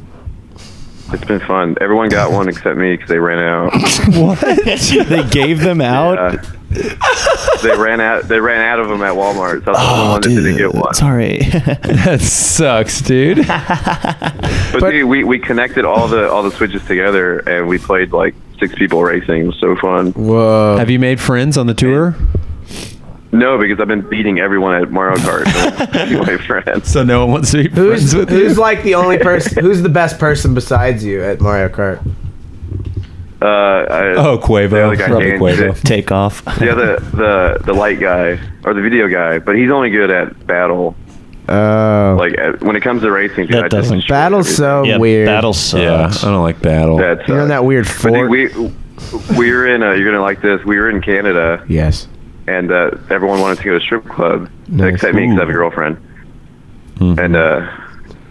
[SPEAKER 8] It's been fun. Everyone got one except me because they ran out.
[SPEAKER 2] what? they gave them out.
[SPEAKER 8] they ran out. They ran out of them at Walmart. So I was the only
[SPEAKER 2] Oh,
[SPEAKER 8] one that didn't
[SPEAKER 2] dude,
[SPEAKER 8] get one.
[SPEAKER 2] sorry.
[SPEAKER 6] that sucks, dude.
[SPEAKER 8] But, dude, we, we connected all the all the switches together and we played like six people racing. It was so fun.
[SPEAKER 9] Whoa.
[SPEAKER 6] Have you made friends on the tour?
[SPEAKER 8] No, because I've been beating everyone at Mario Kart. So my friends.
[SPEAKER 6] So no one wants to be
[SPEAKER 9] Who's who's like the only person? Who's the best person besides you at Mario Kart?
[SPEAKER 8] Uh, I,
[SPEAKER 6] Oh, Quavo.
[SPEAKER 8] The other guy
[SPEAKER 6] Probably
[SPEAKER 8] Dan-
[SPEAKER 6] Quavo.
[SPEAKER 2] Take off.
[SPEAKER 8] the other the the light guy or the video guy, but he's only good at battle.
[SPEAKER 9] Oh,
[SPEAKER 8] Like at, when it comes to racing, dude, I
[SPEAKER 2] That
[SPEAKER 8] just
[SPEAKER 2] doesn't-
[SPEAKER 9] battle's so
[SPEAKER 2] Yeah,
[SPEAKER 9] weird.
[SPEAKER 2] battle
[SPEAKER 6] Yeah,
[SPEAKER 2] sucks.
[SPEAKER 6] I don't like battle.
[SPEAKER 8] that's
[SPEAKER 9] You're on that weird
[SPEAKER 8] but dude,
[SPEAKER 9] fork.
[SPEAKER 8] we we were in. uh you're gonna like this. We were in Canada,
[SPEAKER 9] yes.
[SPEAKER 8] and uh, everyone wanted to go to strip club except me because I have a girlfriend. And uh,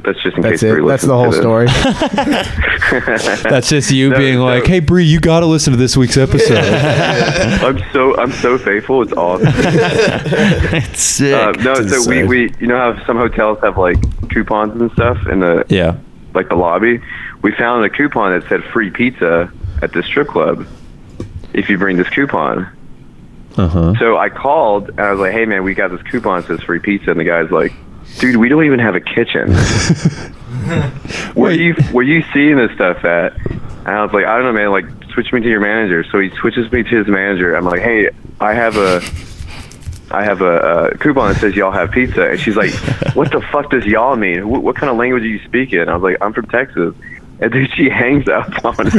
[SPEAKER 8] that's just
[SPEAKER 9] Mm-hmm.
[SPEAKER 8] in
[SPEAKER 9] That's
[SPEAKER 8] case.
[SPEAKER 9] it.
[SPEAKER 8] Bree
[SPEAKER 9] That's the
[SPEAKER 8] listens to
[SPEAKER 9] whole
[SPEAKER 8] this.
[SPEAKER 9] story.
[SPEAKER 6] That's just you
[SPEAKER 8] No,
[SPEAKER 6] being
[SPEAKER 8] no.
[SPEAKER 6] like, "Hey, Bree, you gotta listen to this week's episode."
[SPEAKER 8] I'm so I'm so faithful. It's awesome.
[SPEAKER 2] It's sick.
[SPEAKER 8] Uh, no, so we, we you know how some hotels have like coupons and stuff in the
[SPEAKER 6] yeah.
[SPEAKER 8] like the lobby, we found a coupon that said free pizza at the strip club if you bring this coupon.
[SPEAKER 6] Uh huh.
[SPEAKER 8] So I called and I was like, "Hey man, we got this coupon that says free pizza," and the guy's like, "Dude, we don't even have a kitchen. where you where you seeing this stuff at?" And I was like, "I don't know, man. Like, switch me to your manager." So he switches me to his manager. I'm like, "Hey, I have a." I have a, uh coupon that says y'all have pizza, and she's like, "What the fuck does y'all mean? What, what kind of language do you speak in?" I was like, "I'm from Texas," and then she hangs up on me.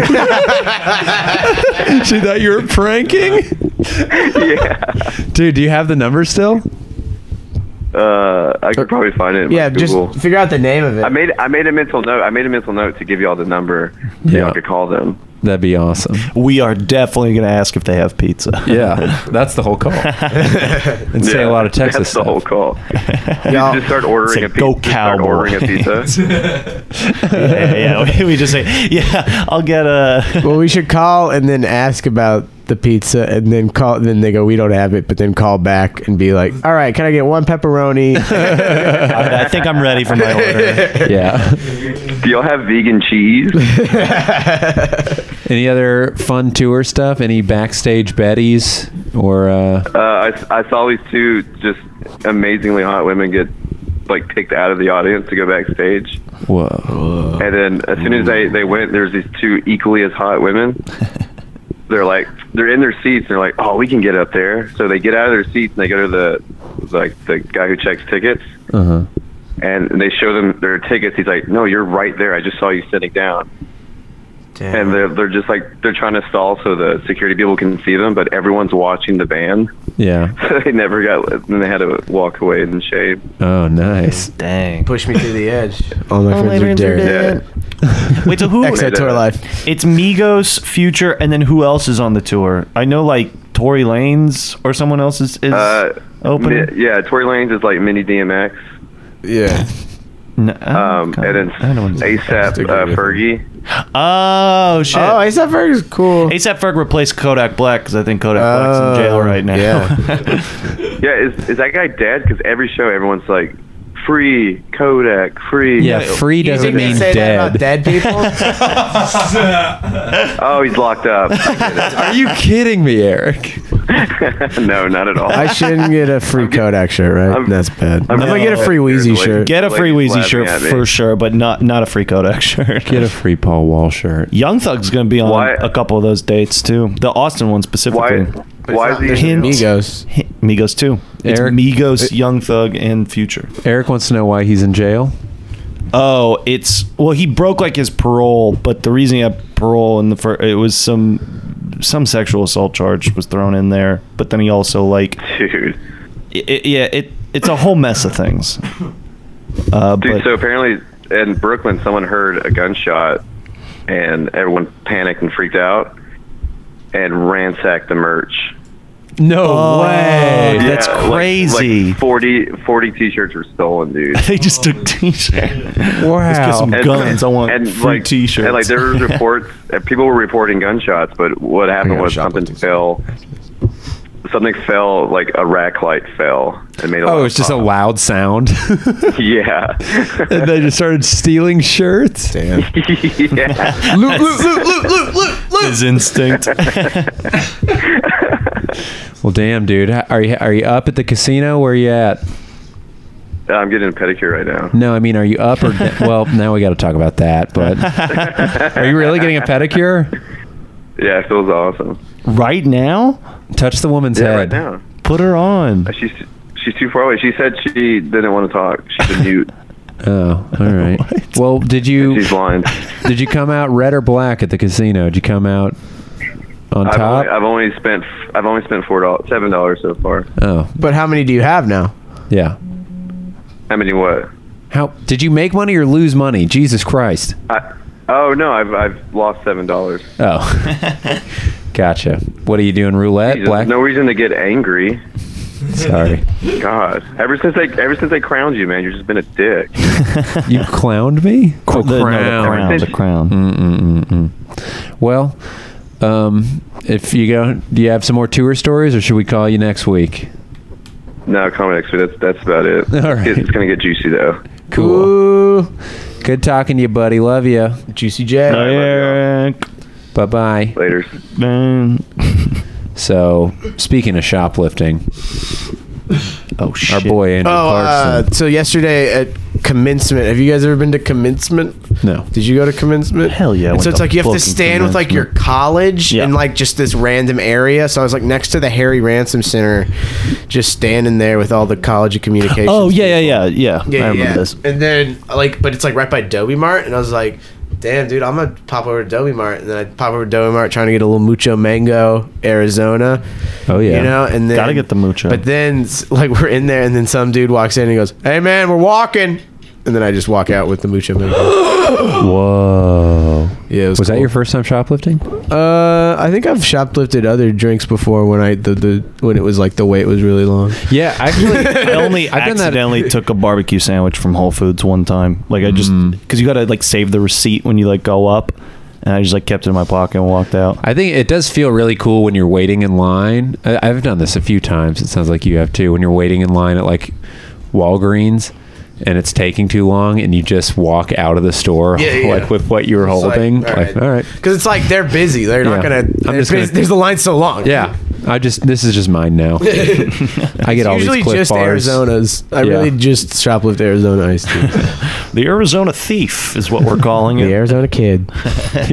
[SPEAKER 6] she thought you were pranking,
[SPEAKER 8] yeah,
[SPEAKER 6] dude. Do you have the number still?
[SPEAKER 8] uh, I could probably find it. In
[SPEAKER 9] Yeah,
[SPEAKER 8] my Google.
[SPEAKER 9] just figure out the name of
[SPEAKER 8] I
[SPEAKER 9] it.
[SPEAKER 8] made I made a mental note. I made a mental note to give y'all the number.
[SPEAKER 6] Yeah.
[SPEAKER 8] Yeah, y'all could call them.
[SPEAKER 6] That'd be awesome.
[SPEAKER 2] We are definitely going to ask if they have pizza.
[SPEAKER 6] Yeah, that's the whole call. and say a lot of Texas
[SPEAKER 8] That's the
[SPEAKER 6] stuff.
[SPEAKER 8] whole call. You just start ordering
[SPEAKER 2] Say,
[SPEAKER 8] a pizza.
[SPEAKER 2] "Go
[SPEAKER 8] just start ordering a pizza.
[SPEAKER 2] yeah, yeah. We just say, yeah, I'll get a.
[SPEAKER 9] well, we should call and then ask about the pizza, and then call. Then they go, we don't have it, but then call back and be like, all right, can I get one pepperoni?
[SPEAKER 2] I, I think I'm ready for my order.
[SPEAKER 6] yeah.
[SPEAKER 8] Do y'all have vegan cheese?
[SPEAKER 6] Any other fun tour stuff? Any backstage Bettys or uh,
[SPEAKER 8] Uh, I, I saw these two just amazingly hot women get like picked out of the audience to go backstage,
[SPEAKER 6] whoa?
[SPEAKER 8] and then as soon as they they went, there's these two equally as hot women. They're like they're in their seats. And they're like, oh, we can get up there. So they get out of their seats and they go to the like the guy who checks tickets,
[SPEAKER 6] Uh huh.
[SPEAKER 8] and they show them their tickets. He's like, no, you're right there. I just saw you sitting down. And they're they're just like they're trying to stall so the security people can see them, but everyone's watching the band.
[SPEAKER 6] Yeah.
[SPEAKER 8] So they never got. Then they had to walk away in shame.
[SPEAKER 6] Oh, nice.
[SPEAKER 2] Dang.
[SPEAKER 9] Push me to the edge. All my
[SPEAKER 2] All my
[SPEAKER 9] friends are
[SPEAKER 2] friends are
[SPEAKER 9] dead.
[SPEAKER 2] dead. Wait, so who?
[SPEAKER 9] Exit tour life.
[SPEAKER 2] It's Migos, Future, and then who else is on the tour? I know like Tory Lanez or someone else is, is
[SPEAKER 8] Uh,
[SPEAKER 2] opening.
[SPEAKER 8] mi- yeah, Tory Lanez is like mini DMX.
[SPEAKER 9] Yeah.
[SPEAKER 8] um, and then ASAP uh, Fergie.
[SPEAKER 2] Oh shit!
[SPEAKER 9] Oh, ASAP Ferg is cool. Oh,
[SPEAKER 2] ASAP Ferg replaced Kodak Black because I think Kodak Black's in jail right now. Yeah.
[SPEAKER 8] Yeah, is is that guy dead? Because every show, everyone's like, free Kodak, free.
[SPEAKER 6] Yeah, free You doesn't think they mean say that about
[SPEAKER 9] dead people.
[SPEAKER 8] oh, he's locked up.
[SPEAKER 6] Are you kidding me, Eric?
[SPEAKER 8] no, not at all.
[SPEAKER 9] I shouldn't get a free Kodak shirt, right? That's bad. I'm,
[SPEAKER 2] No.
[SPEAKER 9] gonna get a free Wheezy shirt.
[SPEAKER 2] Get a free
[SPEAKER 8] Lady's
[SPEAKER 2] Wheezy shirt
[SPEAKER 8] laughing at me.
[SPEAKER 2] for sure, but not not a free Kodak shirt.
[SPEAKER 6] Get a free Paul Wall shirt.
[SPEAKER 2] Young Thug's gonna be on
[SPEAKER 8] Why-
[SPEAKER 2] a couple of those dates too. The Austin one
[SPEAKER 8] Why?
[SPEAKER 2] specifically.
[SPEAKER 8] Why is he?
[SPEAKER 2] Hint,
[SPEAKER 9] Migos.
[SPEAKER 2] hint- Migos too. It's
[SPEAKER 6] Eric-
[SPEAKER 2] Migos, Young Thug, and Future.
[SPEAKER 6] Eric wants to know why he's in jail.
[SPEAKER 2] Oh, it's well, he broke like his parole, but the reason he had parole in the first, it was some some sexual assault charge was thrown in there, but then he also like,
[SPEAKER 8] Dude.
[SPEAKER 2] i i yeah, it it's a whole mess of things. Uh,
[SPEAKER 8] Dude,
[SPEAKER 2] but
[SPEAKER 8] so apparently in Brooklyn, someone heard a gunshot, and everyone panicked and freaked out, and ransacked the merch.
[SPEAKER 6] No way.
[SPEAKER 8] Yeah,
[SPEAKER 2] that's
[SPEAKER 8] like-
[SPEAKER 2] crazy.
[SPEAKER 8] Like, 40, 40 t-shirts were stolen, dude.
[SPEAKER 2] they just took t-shirts. Let's get
[SPEAKER 6] Wow.
[SPEAKER 2] some guns. I want free
[SPEAKER 8] like,
[SPEAKER 2] t-shirts.
[SPEAKER 8] And like there were reports, and people were reporting gunshots, but what happened was something fell. Something fell, like a rack light fell, and made a
[SPEAKER 6] Oh, it's just a loud sound.
[SPEAKER 8] a yeah,
[SPEAKER 6] and they just started stealing shirts.
[SPEAKER 9] Damn.
[SPEAKER 8] yeah.
[SPEAKER 6] Loot, loot, loot, loot, loot, loot, loot.
[SPEAKER 2] His instinct.
[SPEAKER 6] Well, damn, dude. H- Are you are you up at the casino? Where are you at?
[SPEAKER 8] I'm getting a pedicure right now.
[SPEAKER 6] No, I mean, are you up or d- well? Now we got to talk about that. But are you really getting a pedicure?
[SPEAKER 8] Yeah, it feels awesome.
[SPEAKER 2] right now,
[SPEAKER 6] Touch the woman's
[SPEAKER 8] Yeah,
[SPEAKER 6] head.
[SPEAKER 8] right now.
[SPEAKER 2] put her on.
[SPEAKER 8] She's she's too far away. She said she didn't want to talk. She's a mute.
[SPEAKER 6] Oh, all right. well, did you
[SPEAKER 8] She's blind.
[SPEAKER 6] did you come out red or black at the casino? Did you come out on
[SPEAKER 8] I've
[SPEAKER 6] top?
[SPEAKER 8] only, I've only spent f- I've only spent four dollars seven dollars so far.
[SPEAKER 6] oh,
[SPEAKER 9] But how many do you have now?
[SPEAKER 6] yeah.
[SPEAKER 8] How many what?
[SPEAKER 6] How did you make money or lose money? Jesus Christ!
[SPEAKER 8] I, oh no, I've I've lost seven dollars.
[SPEAKER 6] Oh, gotcha. What are you doing? Roulette, black?
[SPEAKER 8] No reason to get angry.
[SPEAKER 6] Sorry,
[SPEAKER 8] God, ever since they ever since they crowned you, man, you've just been a dick.
[SPEAKER 6] you clowned me. Oh,
[SPEAKER 2] The, no, the crown. The crown.
[SPEAKER 6] Mm-mm-mm-mm. Well, um, if you go, do you have some more tour stories, or should we call you next week?
[SPEAKER 8] No, comment next week. That's that's about it.
[SPEAKER 6] All right.
[SPEAKER 8] It's gonna get juicy though.
[SPEAKER 6] Cool.
[SPEAKER 9] Ooh,
[SPEAKER 6] Good talking to you, buddy. Love you.
[SPEAKER 9] Juicy J.
[SPEAKER 8] love y'all.
[SPEAKER 2] Eric,
[SPEAKER 6] Bye bye.
[SPEAKER 8] Later.
[SPEAKER 2] man.
[SPEAKER 6] So, speaking of shoplifting,
[SPEAKER 2] Oh shit.
[SPEAKER 6] our boy Andrew
[SPEAKER 9] Oh, uh,
[SPEAKER 6] Clarkson.
[SPEAKER 9] so yesterday at commencement, have you guys ever been to commencement?
[SPEAKER 6] no.
[SPEAKER 9] Did you go to commencement?
[SPEAKER 2] Hell yeah, I
[SPEAKER 9] And
[SPEAKER 2] went
[SPEAKER 9] so it's
[SPEAKER 2] to
[SPEAKER 9] like you have to
[SPEAKER 2] fucking
[SPEAKER 9] stand with like your college
[SPEAKER 2] Yeah.
[SPEAKER 9] in like just this random area. So I was like next to the Harry Ransom Center, just standing there with all the college of communications.
[SPEAKER 2] Oh yeah, yeah, yeah, yeah.
[SPEAKER 9] Yeah,
[SPEAKER 2] I remember
[SPEAKER 9] yeah.
[SPEAKER 2] this.
[SPEAKER 9] And then like, but it's like right by Dobie Mart, and I was like, "Damn, dude, I'm gonna pop over to Dobie Mart." And then I pop over to Dobie Mart trying to get a little mucho mango Arizona.
[SPEAKER 6] Oh, yeah.
[SPEAKER 9] you know, and then
[SPEAKER 2] Gotta get the mucho.
[SPEAKER 9] But then s- like we're in there, and then some dude walks in and he goes, "Hey man, we're walking." And then I just walk out with the mucho mango.
[SPEAKER 6] Whoa.
[SPEAKER 9] Yeah, Yeah, it was,
[SPEAKER 6] that your first time shoplifting?
[SPEAKER 9] Uh, I think I've shoplifted other drinks before when I the, the when it was like the wait was really long.
[SPEAKER 6] Yeah, actually,
[SPEAKER 2] I only accidentally took a barbecue sandwich from Whole Foods one time. Like I just
[SPEAKER 9] Mm.
[SPEAKER 2] because you gotta like save the receipt when you like go up, and I just like kept it in my pocket and walked out.
[SPEAKER 6] I think it does feel really cool when you're waiting in line. I, I've done this a few times. It sounds like you have too. When you're waiting in line at like Walgreens and it's taking too long and you just walk out of the store
[SPEAKER 9] Yeah, yeah,
[SPEAKER 6] like
[SPEAKER 9] yeah.
[SPEAKER 6] with what you were
[SPEAKER 9] It's like,
[SPEAKER 6] holding.
[SPEAKER 9] all
[SPEAKER 6] Like,
[SPEAKER 9] right.
[SPEAKER 6] all right.
[SPEAKER 9] Because it's like they're busy. They're not
[SPEAKER 6] Yeah.
[SPEAKER 9] gonna.
[SPEAKER 6] I'm
[SPEAKER 9] they're
[SPEAKER 6] just
[SPEAKER 9] busy-
[SPEAKER 6] gonna-
[SPEAKER 9] There's the line so long.
[SPEAKER 6] Yeah. I just this is just mine now. I get all these
[SPEAKER 9] usually
[SPEAKER 6] Clif
[SPEAKER 9] just
[SPEAKER 6] bars.
[SPEAKER 9] Arizona's. I
[SPEAKER 6] Yeah.
[SPEAKER 9] really just shoplift Arizona iced tea.
[SPEAKER 2] The Arizona thief is what we're calling
[SPEAKER 9] the
[SPEAKER 2] it.
[SPEAKER 9] Arizona kid.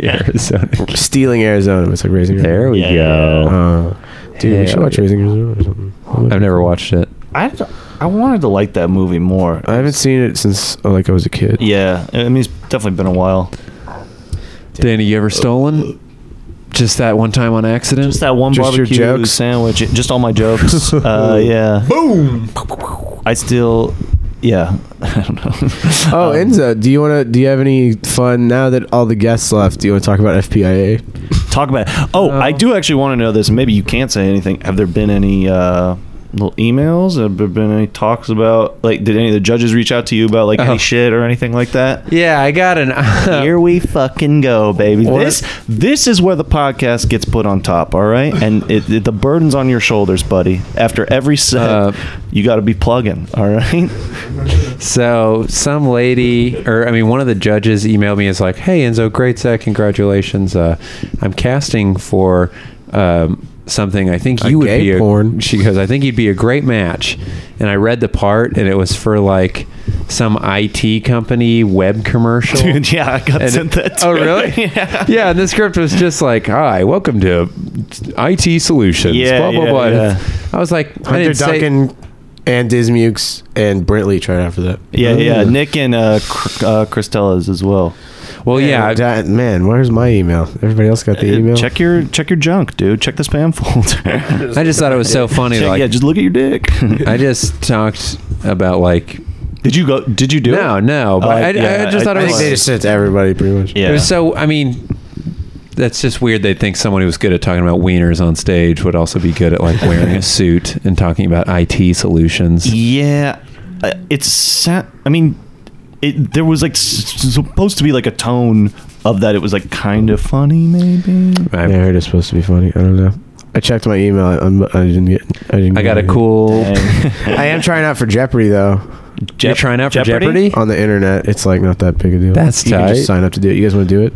[SPEAKER 6] Arizona.
[SPEAKER 9] Stealing Arizona. It's like raising.
[SPEAKER 6] There we go.
[SPEAKER 9] Uh, dude, we should
[SPEAKER 6] Hell
[SPEAKER 9] watch
[SPEAKER 6] yeah.
[SPEAKER 9] Raising Arizona or something.
[SPEAKER 6] I've never watched it.
[SPEAKER 2] I I wanted to like that movie more.
[SPEAKER 9] I haven't seen it since oh, like I was a kid.
[SPEAKER 2] Yeah, I mean it's definitely been a while.
[SPEAKER 6] Danny, you ever stolen? Just that one time on accident?
[SPEAKER 2] Just that one
[SPEAKER 9] Just your
[SPEAKER 2] barbecue
[SPEAKER 9] jokes?
[SPEAKER 2] sandwich. Just all my jokes. uh, yeah. Boom. I still. Yeah. I don't know.
[SPEAKER 9] Oh, Enzo, do you want to? Do you have any fun now that all the guests left? Do you want to talk about FPIA?
[SPEAKER 2] Talk about. It. Oh, I
[SPEAKER 9] Uh-huh.
[SPEAKER 2] do actually want to know this. and Maybe you can't say anything. Have there been any uh, little emails? Have there been any talks about? Like, did any of the judges reach out to you about like
[SPEAKER 9] Uh-huh.
[SPEAKER 6] Oh.
[SPEAKER 2] any shit or anything like that?
[SPEAKER 6] Yeah, I got an
[SPEAKER 2] Here we fucking go, baby.
[SPEAKER 6] What?
[SPEAKER 2] This this is where the podcast gets put on top. All right, and it, it- the burden's on your shoulders, buddy. After every set,
[SPEAKER 6] Uh,
[SPEAKER 2] you got to be plugging. All right.
[SPEAKER 6] So some lady, or I mean, one of the judges emailed me is like, "Hey Enzo, great set, congratulations. Uh, I'm casting for um, something. I think you would
[SPEAKER 9] gay
[SPEAKER 6] be a,
[SPEAKER 9] porn.
[SPEAKER 6] She goes, "I think you'd be a great match." And I read the part, and it was for like some IT company web commercial.
[SPEAKER 2] Dude, yeah, I got
[SPEAKER 6] And-
[SPEAKER 2] sent that.
[SPEAKER 6] oh
[SPEAKER 2] too.
[SPEAKER 6] really?
[SPEAKER 2] yeah.
[SPEAKER 6] yeah, and the script was just like, "Hi, welcome to IT Solutions."
[SPEAKER 2] Yeah,
[SPEAKER 6] blah blah
[SPEAKER 2] yeah,
[SPEAKER 6] blah.
[SPEAKER 2] yeah.
[SPEAKER 6] I was like, I
[SPEAKER 9] Hunter
[SPEAKER 6] didn't say.
[SPEAKER 9] Duncan and Dismukes and Brent Leach right after that.
[SPEAKER 2] Yeah, yeah. Nick and uh, Cr- uh, Christella's as well.
[SPEAKER 6] Well, yeah, I-
[SPEAKER 9] Di- Oh, man, where's my email? Everybody else got the
[SPEAKER 6] Uh,
[SPEAKER 9] email.
[SPEAKER 2] Uh, Check your check your junk, dude. Check the spam folder.
[SPEAKER 6] I just thought it was so funny.
[SPEAKER 2] Check-
[SPEAKER 6] like,
[SPEAKER 2] yeah, just look at your dick.
[SPEAKER 6] I just talked about like
[SPEAKER 2] did you go? Did you do it?
[SPEAKER 6] no, no, but
[SPEAKER 2] Oh,
[SPEAKER 6] I,
[SPEAKER 2] yeah,
[SPEAKER 6] I just
[SPEAKER 2] I-
[SPEAKER 6] thought
[SPEAKER 9] I
[SPEAKER 6] it
[SPEAKER 9] think
[SPEAKER 6] was,
[SPEAKER 9] they just sent it to everybody pretty much.
[SPEAKER 2] Yeah.
[SPEAKER 6] it was so. I mean, that's just weird. They think someone who's good at talking about wieners on stage would also be good at like wearing a suit and talking about IT solutions.
[SPEAKER 2] Yeah, uh, it's. sa- I mean, it. There was like s- supposed to be like a tone of that. It was like kind of funny, maybe.
[SPEAKER 9] I
[SPEAKER 6] I,
[SPEAKER 9] heard it's supposed to be funny. I don't know. I checked my email. I, I'm- I didn't get. I didn't.
[SPEAKER 6] I got a
[SPEAKER 9] get it.
[SPEAKER 6] cool.
[SPEAKER 9] I am trying out for Jeopardy though
[SPEAKER 6] You're trying out for Jeopardy?
[SPEAKER 9] on the internet. It's like not that big a deal.
[SPEAKER 6] That's
[SPEAKER 9] you Can
[SPEAKER 6] tight.
[SPEAKER 9] just sign up to do it. You guys want to do it?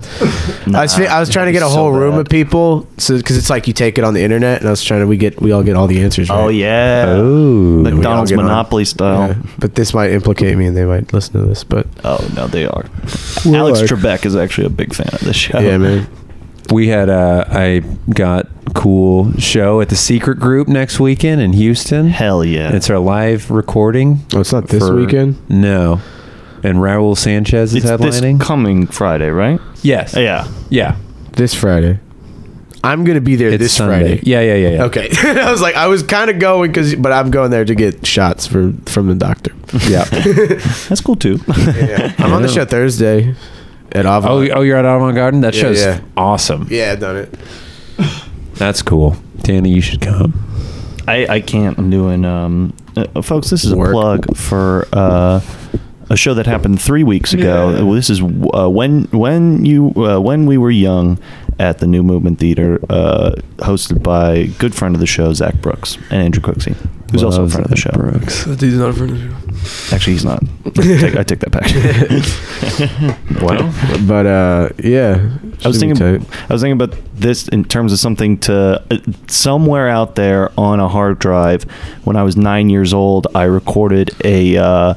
[SPEAKER 9] I was, fi- I was trying to get a
[SPEAKER 2] so
[SPEAKER 9] whole room
[SPEAKER 2] bad.
[SPEAKER 9] of people, so because it's like you take it on the internet, and I was trying to we get we all get all the answers. Right?
[SPEAKER 2] Oh yeah.
[SPEAKER 6] Ooh.
[SPEAKER 9] we all
[SPEAKER 2] McDonald's
[SPEAKER 9] get on.
[SPEAKER 2] Monopoly style.
[SPEAKER 9] Yeah. But this might implicate me, and they might listen to this. But
[SPEAKER 2] Oh no, they are.
[SPEAKER 9] We're
[SPEAKER 2] Alex
[SPEAKER 9] like-
[SPEAKER 2] Trebek is actually a big fan of this show.
[SPEAKER 9] yeah, man.
[SPEAKER 6] we had uh, I got cool show at the Secret Group next weekend in Houston.
[SPEAKER 2] Hell yeah.
[SPEAKER 6] It's our live recording.
[SPEAKER 9] Oh, it's not this
[SPEAKER 6] for-
[SPEAKER 9] weekend.
[SPEAKER 6] No. And Raul Sanchez is
[SPEAKER 2] It's
[SPEAKER 6] headlining.
[SPEAKER 2] this coming Friday, right?
[SPEAKER 6] yes.
[SPEAKER 2] Yeah.
[SPEAKER 6] Yeah.
[SPEAKER 9] This Friday. I'm gonna be there
[SPEAKER 6] It's
[SPEAKER 9] this
[SPEAKER 6] Sunday.
[SPEAKER 9] Friday.
[SPEAKER 6] Yeah, yeah, yeah, yeah.
[SPEAKER 9] Okay. I was like, I was kind of going because, but I'm going there to get shots for from the doctor.
[SPEAKER 6] Yeah.
[SPEAKER 2] That's cool too.
[SPEAKER 9] I'm on the show Thursday at Avon.
[SPEAKER 6] oh, oh, you're at Audubon Garden. That
[SPEAKER 9] Yeah,
[SPEAKER 6] show's
[SPEAKER 9] yeah.
[SPEAKER 6] awesome.
[SPEAKER 9] yeah, I've done it.
[SPEAKER 6] That's cool. Danny, you should come.
[SPEAKER 2] I, I can't. I'm doing. Um, uh, folks, this is
[SPEAKER 9] Work.
[SPEAKER 2] a plug for uh, a show that happened three weeks ago. Well, This is uh, when when you uh, when we were young at the New Movement Theater, uh, hosted by good friend of the show Zach Brooks and Andrew Cooksey, who's also a
[SPEAKER 6] Loves
[SPEAKER 2] friend of the show.
[SPEAKER 6] Ed Brooks.
[SPEAKER 9] He's not friend
[SPEAKER 2] Actually, he's not. I take, I take that back.
[SPEAKER 6] Well,
[SPEAKER 9] But uh, yeah,
[SPEAKER 2] I was
[SPEAKER 9] should be
[SPEAKER 2] thinking.
[SPEAKER 9] tight.
[SPEAKER 2] I was thinking about this in terms of something to uh, somewhere out there on a hard drive. When I was nine years old, I recorded a. Uh,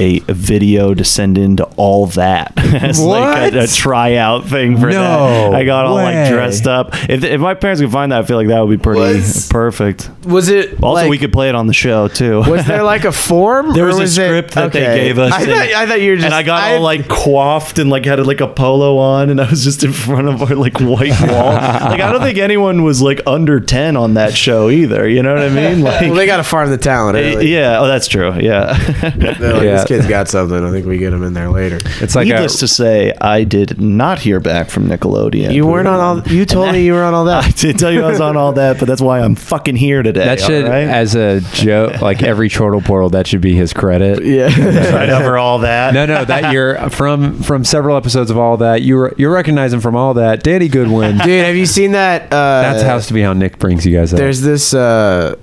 [SPEAKER 2] a video to send into all that as like a, a
[SPEAKER 6] What?
[SPEAKER 2] tryout thing for
[SPEAKER 6] No
[SPEAKER 2] that. I got all
[SPEAKER 6] way.
[SPEAKER 2] like dressed up. If, if my parents could find that, I feel like that would be pretty
[SPEAKER 9] Was-
[SPEAKER 2] perfect.
[SPEAKER 9] Uh, Was it
[SPEAKER 2] Also,
[SPEAKER 9] like-
[SPEAKER 2] we could play it on the show too.
[SPEAKER 9] Was there like a form?
[SPEAKER 2] There
[SPEAKER 9] or
[SPEAKER 2] was a
[SPEAKER 9] it-
[SPEAKER 2] script that they
[SPEAKER 9] okay.
[SPEAKER 2] gave us
[SPEAKER 9] I
[SPEAKER 2] and-
[SPEAKER 9] thought, I thought you were just.
[SPEAKER 2] and I got all like coiffed and like had like a polo on, and I was just in front of our like white wall. like I don't think anyone was like under ten on that show either. You know what I mean? Like,
[SPEAKER 9] Well, they got to farm the talent.
[SPEAKER 2] eh,
[SPEAKER 9] Early.
[SPEAKER 2] yeah. Oh, that's true. Yeah.
[SPEAKER 9] They're like,
[SPEAKER 6] Yeah.
[SPEAKER 9] This kid's got something. I think we get him in there later.
[SPEAKER 6] It's
[SPEAKER 2] Needless to say, I did not hear back from Nickelodeon.
[SPEAKER 9] You weren't on all. You told me you were on all that.
[SPEAKER 2] I did tell you I was on all that, but that's why I'm fucking here today.
[SPEAKER 6] That should,
[SPEAKER 2] all right?
[SPEAKER 6] as a joke, like every chortle portal, that should be his credit.
[SPEAKER 2] right over all that.
[SPEAKER 6] No, no, that you're from from several episodes of all that. You were you're recognizing from all that, Danny Goodwin.
[SPEAKER 9] Dude, have you seen that? Uh,
[SPEAKER 6] That's how to be how Nick brings you guys up.
[SPEAKER 9] There's this uh,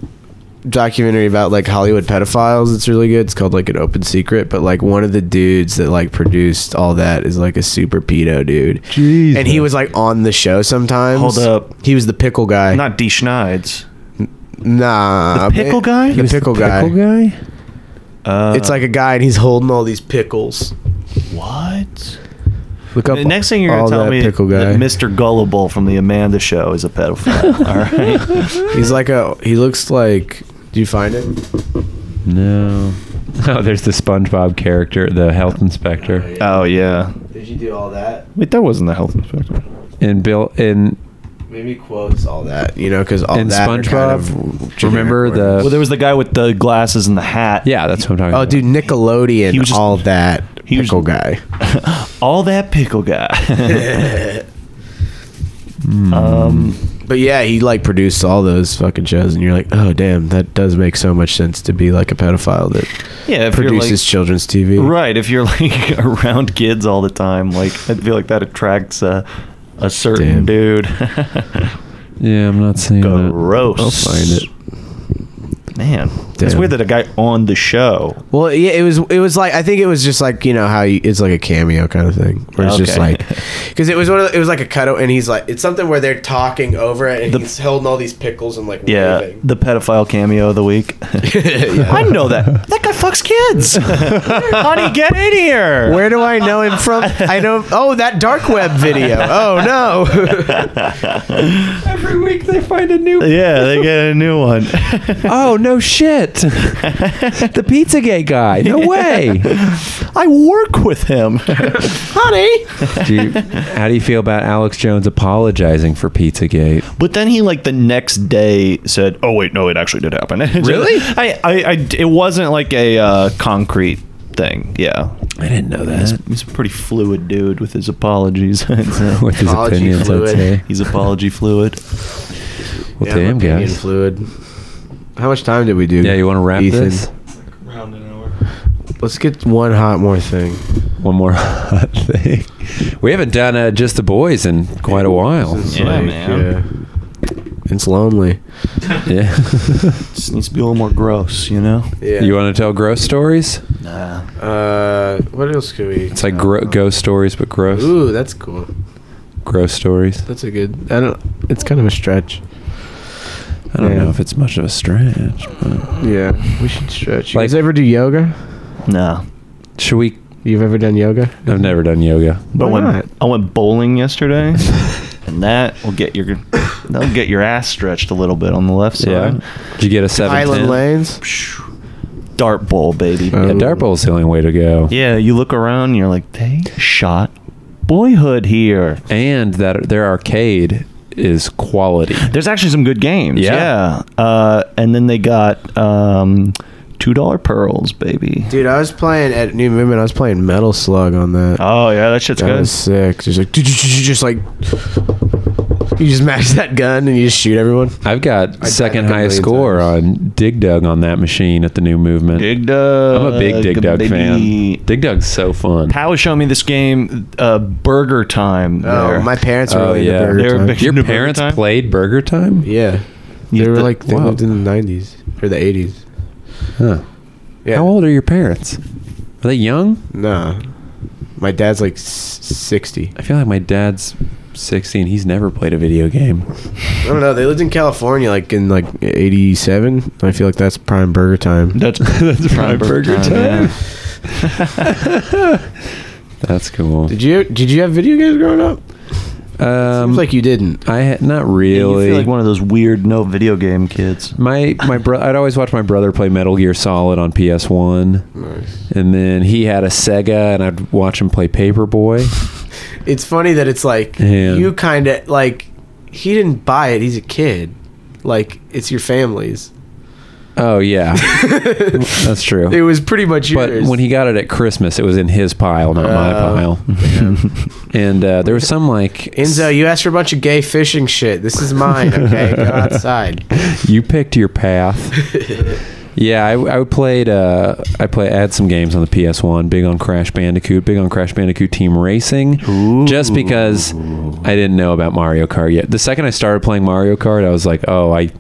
[SPEAKER 9] documentary about like Hollywood pedophiles. It's really good. It's called like an open secret. But like one of the dudes that like produced all that is like a super pedo dude. Jeez. And he was like on the show sometimes.
[SPEAKER 2] Hold up.
[SPEAKER 9] He was the pickle guy.
[SPEAKER 2] Not D. Schneid's.
[SPEAKER 9] nah.
[SPEAKER 2] The pickle guy? He
[SPEAKER 9] The
[SPEAKER 2] was the
[SPEAKER 9] pickle guy.
[SPEAKER 6] pickle guy.
[SPEAKER 2] Uh,
[SPEAKER 9] It's like a guy and he's holding all these pickles.
[SPEAKER 2] what?
[SPEAKER 9] Look up
[SPEAKER 2] The next thing you're
[SPEAKER 9] all
[SPEAKER 2] gonna tell
[SPEAKER 9] that
[SPEAKER 2] me
[SPEAKER 9] pickle guy.
[SPEAKER 2] that Mr. Gullible from the Amanda Show is a pedophile. all right.
[SPEAKER 9] He's like a. He looks like. Do you find him?
[SPEAKER 6] No. Oh, there's the SpongeBob character, the health inspector,
[SPEAKER 2] Oh yeah.
[SPEAKER 9] Did you do all that?
[SPEAKER 2] Wait, that wasn't the health inspector.
[SPEAKER 6] and Bill and
[SPEAKER 9] Maybe quotes all that. You know, because all
[SPEAKER 6] and
[SPEAKER 9] that. are kind
[SPEAKER 6] SpongeBob.
[SPEAKER 9] of generic
[SPEAKER 6] remember
[SPEAKER 9] words.
[SPEAKER 6] the?
[SPEAKER 2] Well, there was the guy with the glasses and the hat.
[SPEAKER 6] yeah, that's what I'm talking.
[SPEAKER 9] Oh,
[SPEAKER 6] about.
[SPEAKER 9] dude, Nickelodeon,
[SPEAKER 2] was just-
[SPEAKER 9] all that
[SPEAKER 2] he was-
[SPEAKER 9] pickle guy.
[SPEAKER 2] All that pickle guy. um,
[SPEAKER 9] But yeah, he like produced all those fucking shows, and you're like, oh damn, that does make so much sense to be like a pedophile that
[SPEAKER 2] yeah, if you're
[SPEAKER 9] produces
[SPEAKER 2] like,
[SPEAKER 9] children's TV.
[SPEAKER 2] right, if you're like around kids all the time, like I feel like that attracts a a certain
[SPEAKER 9] Damn.
[SPEAKER 2] dude.
[SPEAKER 6] Yeah, I'm not seeing that.
[SPEAKER 2] Gross.
[SPEAKER 9] I'll find it.
[SPEAKER 2] Man, it's
[SPEAKER 9] Damn.
[SPEAKER 2] weird that a guy on the show.
[SPEAKER 9] Well, yeah, it was it was like I think it was just like you know how you, it's like a cameo kind of thing, where it's just
[SPEAKER 2] Okay.
[SPEAKER 9] like because it was one of the, it was like a cut and he's like it's something where they're talking over it and he's holding all these pickles and like
[SPEAKER 2] Yeah,
[SPEAKER 9] waving.
[SPEAKER 2] the pedophile cameo of the week. I know that that guy fucks kids. Honey, get in here.
[SPEAKER 9] Where do I know him from? I know. Oh, that dark web video. Oh no.
[SPEAKER 6] Every week they find a new.
[SPEAKER 2] yeah, they get a new one.
[SPEAKER 6] Oh no, shit! the Pizzagate guy. No way.
[SPEAKER 2] I work with him.
[SPEAKER 6] Do you, how do you feel about Alex Jones apologizing for Pizzagate?
[SPEAKER 2] But then he like the next day said, "Oh wait, no, it actually did happen." Just-
[SPEAKER 6] Really?
[SPEAKER 2] I, I, I, it wasn't like a uh, concrete thing. Yeah,
[SPEAKER 6] I didn't know that.
[SPEAKER 2] he's a pretty fluid dude with his apologies.
[SPEAKER 6] With his
[SPEAKER 9] Apology
[SPEAKER 6] opinions, I'd
[SPEAKER 9] fluid.
[SPEAKER 6] say.
[SPEAKER 2] he's apology fluid.
[SPEAKER 6] Well,
[SPEAKER 9] Yeah,
[SPEAKER 6] damn,
[SPEAKER 9] I'm opinion
[SPEAKER 6] guys.
[SPEAKER 9] Fluid. How much time did we do?
[SPEAKER 6] Yeah, you want to wrap
[SPEAKER 9] Ethan?
[SPEAKER 6] this?
[SPEAKER 9] Let's get one hot more thing.
[SPEAKER 6] One more hot thing. We haven't done uh, just the boys in quite a while.
[SPEAKER 9] It's
[SPEAKER 2] Yeah, man.
[SPEAKER 9] yeah. It's lonely.
[SPEAKER 6] Yeah.
[SPEAKER 2] Just needs to be a little more gross, you know.
[SPEAKER 9] Yeah.
[SPEAKER 6] You want to tell gross stories?
[SPEAKER 2] Nah.
[SPEAKER 9] uh, what else could we?
[SPEAKER 6] It's like gro- ghost stories, but gross.
[SPEAKER 9] Uh, Ooh, that's cool.
[SPEAKER 6] Gross stories.
[SPEAKER 9] That's a good. I don't. It's kind of a stretch.
[SPEAKER 6] I don't
[SPEAKER 9] Yeah.
[SPEAKER 6] know if it's much of a stretch. But
[SPEAKER 9] Yeah, we should stretch. You
[SPEAKER 6] Like-
[SPEAKER 9] guys ever do yoga?
[SPEAKER 2] Nah.
[SPEAKER 6] should we?
[SPEAKER 9] You've ever done yoga?
[SPEAKER 6] I've never done yoga.
[SPEAKER 2] But
[SPEAKER 9] Why
[SPEAKER 2] when
[SPEAKER 9] not?
[SPEAKER 2] I went bowling yesterday, and that will get your that'll get your ass stretched a little bit on the left
[SPEAKER 6] Yeah.
[SPEAKER 2] side.
[SPEAKER 6] Did you get a seven?
[SPEAKER 9] Island lanes.
[SPEAKER 2] Dart bowl, baby.
[SPEAKER 9] Oh.
[SPEAKER 6] Yeah, dart bowl's the only way to go.
[SPEAKER 2] Yeah, you look around and you're like, they shot boyhood here.
[SPEAKER 6] And that their arcade is quality.
[SPEAKER 2] There's actually some good games.
[SPEAKER 6] Yeah.
[SPEAKER 2] Yeah. Uh, and then they got um, $2 pearls, baby.
[SPEAKER 9] Dude, I was playing at New Movement. I was playing Metal Slug on that.
[SPEAKER 2] Oh, yeah, that shit's
[SPEAKER 9] that
[SPEAKER 2] good.
[SPEAKER 9] was sick. Just like, just like, you just mash that gun and you just shoot everyone.
[SPEAKER 6] I've got
[SPEAKER 9] died
[SPEAKER 6] second
[SPEAKER 9] like a
[SPEAKER 6] highest
[SPEAKER 9] million
[SPEAKER 6] score on Dig Dug on that machine at the new movement.
[SPEAKER 2] Dig Dug.
[SPEAKER 6] I'm a big Dig Dug
[SPEAKER 2] baby.
[SPEAKER 6] fan. Dig Dug's so fun.
[SPEAKER 2] Pat was showing me this game, uh, Burger Time.
[SPEAKER 9] Oh,
[SPEAKER 2] there.
[SPEAKER 9] my parents were
[SPEAKER 6] Oh,
[SPEAKER 9] really
[SPEAKER 6] yeah.
[SPEAKER 9] into Burger
[SPEAKER 2] They were
[SPEAKER 9] Time.
[SPEAKER 2] big-
[SPEAKER 6] Your
[SPEAKER 2] Burger
[SPEAKER 6] parents
[SPEAKER 2] Time?
[SPEAKER 6] played Burger Time?
[SPEAKER 9] Yeah.
[SPEAKER 2] You
[SPEAKER 9] They were
[SPEAKER 2] th-
[SPEAKER 9] like they
[SPEAKER 6] wow.
[SPEAKER 9] lived in the nineties or the eighties.
[SPEAKER 6] Huh.
[SPEAKER 9] Yeah.
[SPEAKER 6] How old are your parents? Are they young?
[SPEAKER 9] Nah. My dad's like s- sixty.
[SPEAKER 6] I feel like my dad's 16. He's never played a video game.
[SPEAKER 9] I don't know. They lived in California like in like eighty seven. I feel like that's prime burger time.
[SPEAKER 2] That's, that's
[SPEAKER 6] Prime Burger Time. That's cool.
[SPEAKER 9] Did you did you have video games growing up?
[SPEAKER 6] Um,
[SPEAKER 9] Seems like you didn't.
[SPEAKER 6] I had not
[SPEAKER 2] You
[SPEAKER 6] really.
[SPEAKER 2] feel like one of those weird no video game kids.
[SPEAKER 6] my my bro- I'd always watch my brother play Metal Gear Solid on PS One,
[SPEAKER 9] Nice.
[SPEAKER 6] and then he had a Sega, and I'd watch him play Paperboy.
[SPEAKER 9] It's funny that it's like
[SPEAKER 6] Yeah.
[SPEAKER 9] you kind of like he didn't buy it. He's a kid. Like it's your family's.
[SPEAKER 6] Oh yeah, that's true.
[SPEAKER 9] It was pretty much yours.
[SPEAKER 6] But when he got it at Christmas, it was in his pile, not my
[SPEAKER 9] Oh,
[SPEAKER 6] pile. and uh, there was some like
[SPEAKER 9] Enzo, you asked for a bunch of gay fishing shit. This is mine, okay? Go outside.
[SPEAKER 6] you picked your path. yeah, I, I played. Uh, I play. I had some games on the PS One. Big on Crash Bandicoot. Big on Crash Bandicoot Team Racing. Just because I didn't know about Mario Kart yet. The second I started playing Mario Kart, I was like, oh, I.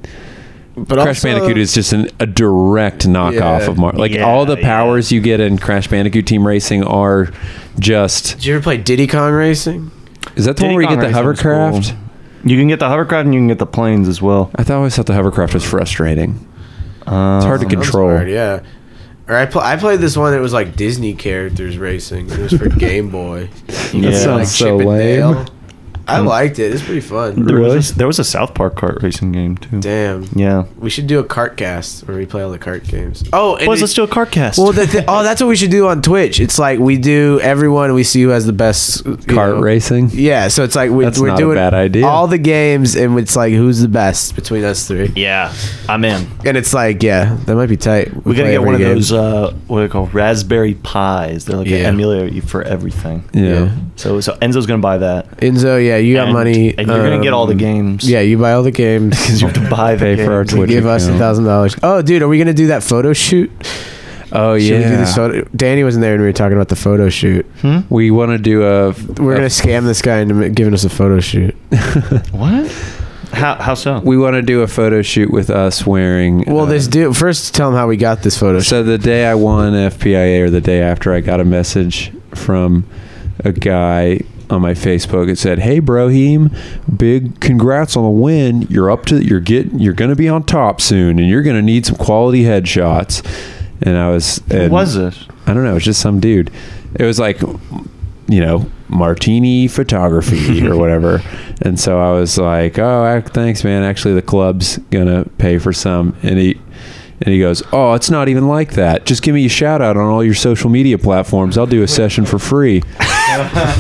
[SPEAKER 9] But
[SPEAKER 6] Crash
[SPEAKER 9] also-
[SPEAKER 6] Bandicoot is just an, a direct knockoff
[SPEAKER 9] Yeah.
[SPEAKER 6] of Mario. Like
[SPEAKER 9] Yeah,
[SPEAKER 6] all the powers you get in Crash Bandicoot Team Racing are just.
[SPEAKER 9] Did you ever play Diddy Kong Racing?
[SPEAKER 6] Is that the one where you get the hovercraft?
[SPEAKER 2] You can get the hovercraft and you can get the planes as well.
[SPEAKER 6] I thought I always thought the hovercraft was frustrating.
[SPEAKER 2] it's
[SPEAKER 6] hard to control.
[SPEAKER 9] Hard, yeah. Or I, pl- I played this one that was like Disney characters racing. It was for Game Boy. You
[SPEAKER 2] That
[SPEAKER 9] could,
[SPEAKER 2] sounds so
[SPEAKER 9] chip and
[SPEAKER 2] lame.
[SPEAKER 9] dale. I liked it. It's pretty fun.
[SPEAKER 2] There, was a, there was a South Park kart racing game too.
[SPEAKER 9] Damn.
[SPEAKER 2] Yeah.
[SPEAKER 9] We should do a cart cast where we play all the cart games. Oh, and
[SPEAKER 2] Boys,
[SPEAKER 9] it-
[SPEAKER 2] let's do a cart cast.
[SPEAKER 9] Well, the th- oh, that's what we should do on Twitch. It's like we do everyone. We see who has the best you
[SPEAKER 6] Kart
[SPEAKER 9] know.
[SPEAKER 6] racing.
[SPEAKER 9] Yeah, so it's like we,
[SPEAKER 6] That's
[SPEAKER 9] we're
[SPEAKER 6] not a
[SPEAKER 9] doing
[SPEAKER 6] bad idea.
[SPEAKER 9] all the games, and it's like who's the best between us three.
[SPEAKER 2] Yeah, I'm in.
[SPEAKER 9] And it's like, yeah, that might be tight.
[SPEAKER 2] We gotta
[SPEAKER 9] play
[SPEAKER 2] get
[SPEAKER 9] every
[SPEAKER 2] one of
[SPEAKER 9] game.
[SPEAKER 2] those uh, what are they called raspberry pies. They're like
[SPEAKER 9] Yeah.
[SPEAKER 2] an emulator for everything.
[SPEAKER 6] Yeah.
[SPEAKER 2] So so Enzo's gonna buy that.
[SPEAKER 9] Enzo, yeah, you got
[SPEAKER 2] And-
[SPEAKER 9] money, um,
[SPEAKER 2] and you're gonna get all the games.
[SPEAKER 9] Yeah, you buy all the games because
[SPEAKER 2] you have to buy the
[SPEAKER 6] Pay for our
[SPEAKER 2] games.
[SPEAKER 6] Twitch
[SPEAKER 9] Give us a
[SPEAKER 6] account.
[SPEAKER 9] thousand dollars. Oh, dude, are we gonna do that photo shoot?
[SPEAKER 6] Oh
[SPEAKER 9] Should we do
[SPEAKER 6] yeah. Hmm.
[SPEAKER 9] this photo? Danny wasn't there when we were talking about the photo shoot.
[SPEAKER 2] Hmm?
[SPEAKER 6] We want to do a.
[SPEAKER 9] We're gonna scam this guy into ma- giving us a photo shoot.
[SPEAKER 2] What? How how so?
[SPEAKER 6] We want to do a photo shoot with us wearing. uh,
[SPEAKER 9] Well, this dude. First, tell him how we got this photo.
[SPEAKER 6] So the day I won FPIA, or the day after, I got a message from a guy on my Facebook. It said, "Hey, Broheem, big congrats on the win. You're up to. You're getting. You're gonna be on top soon, and you're gonna need some quality headshots." And I was.
[SPEAKER 2] Who
[SPEAKER 6] and-
[SPEAKER 2] was it?
[SPEAKER 6] I don't know. It was just some dude. It was like, you know, martini photography or whatever. And so I was like, oh, ac- thanks, man. Actually, the club's gonna pay for some. And he and he goes, oh, it's not even like that. Just give me a shout out on all your social media platforms. I'll do a session for free.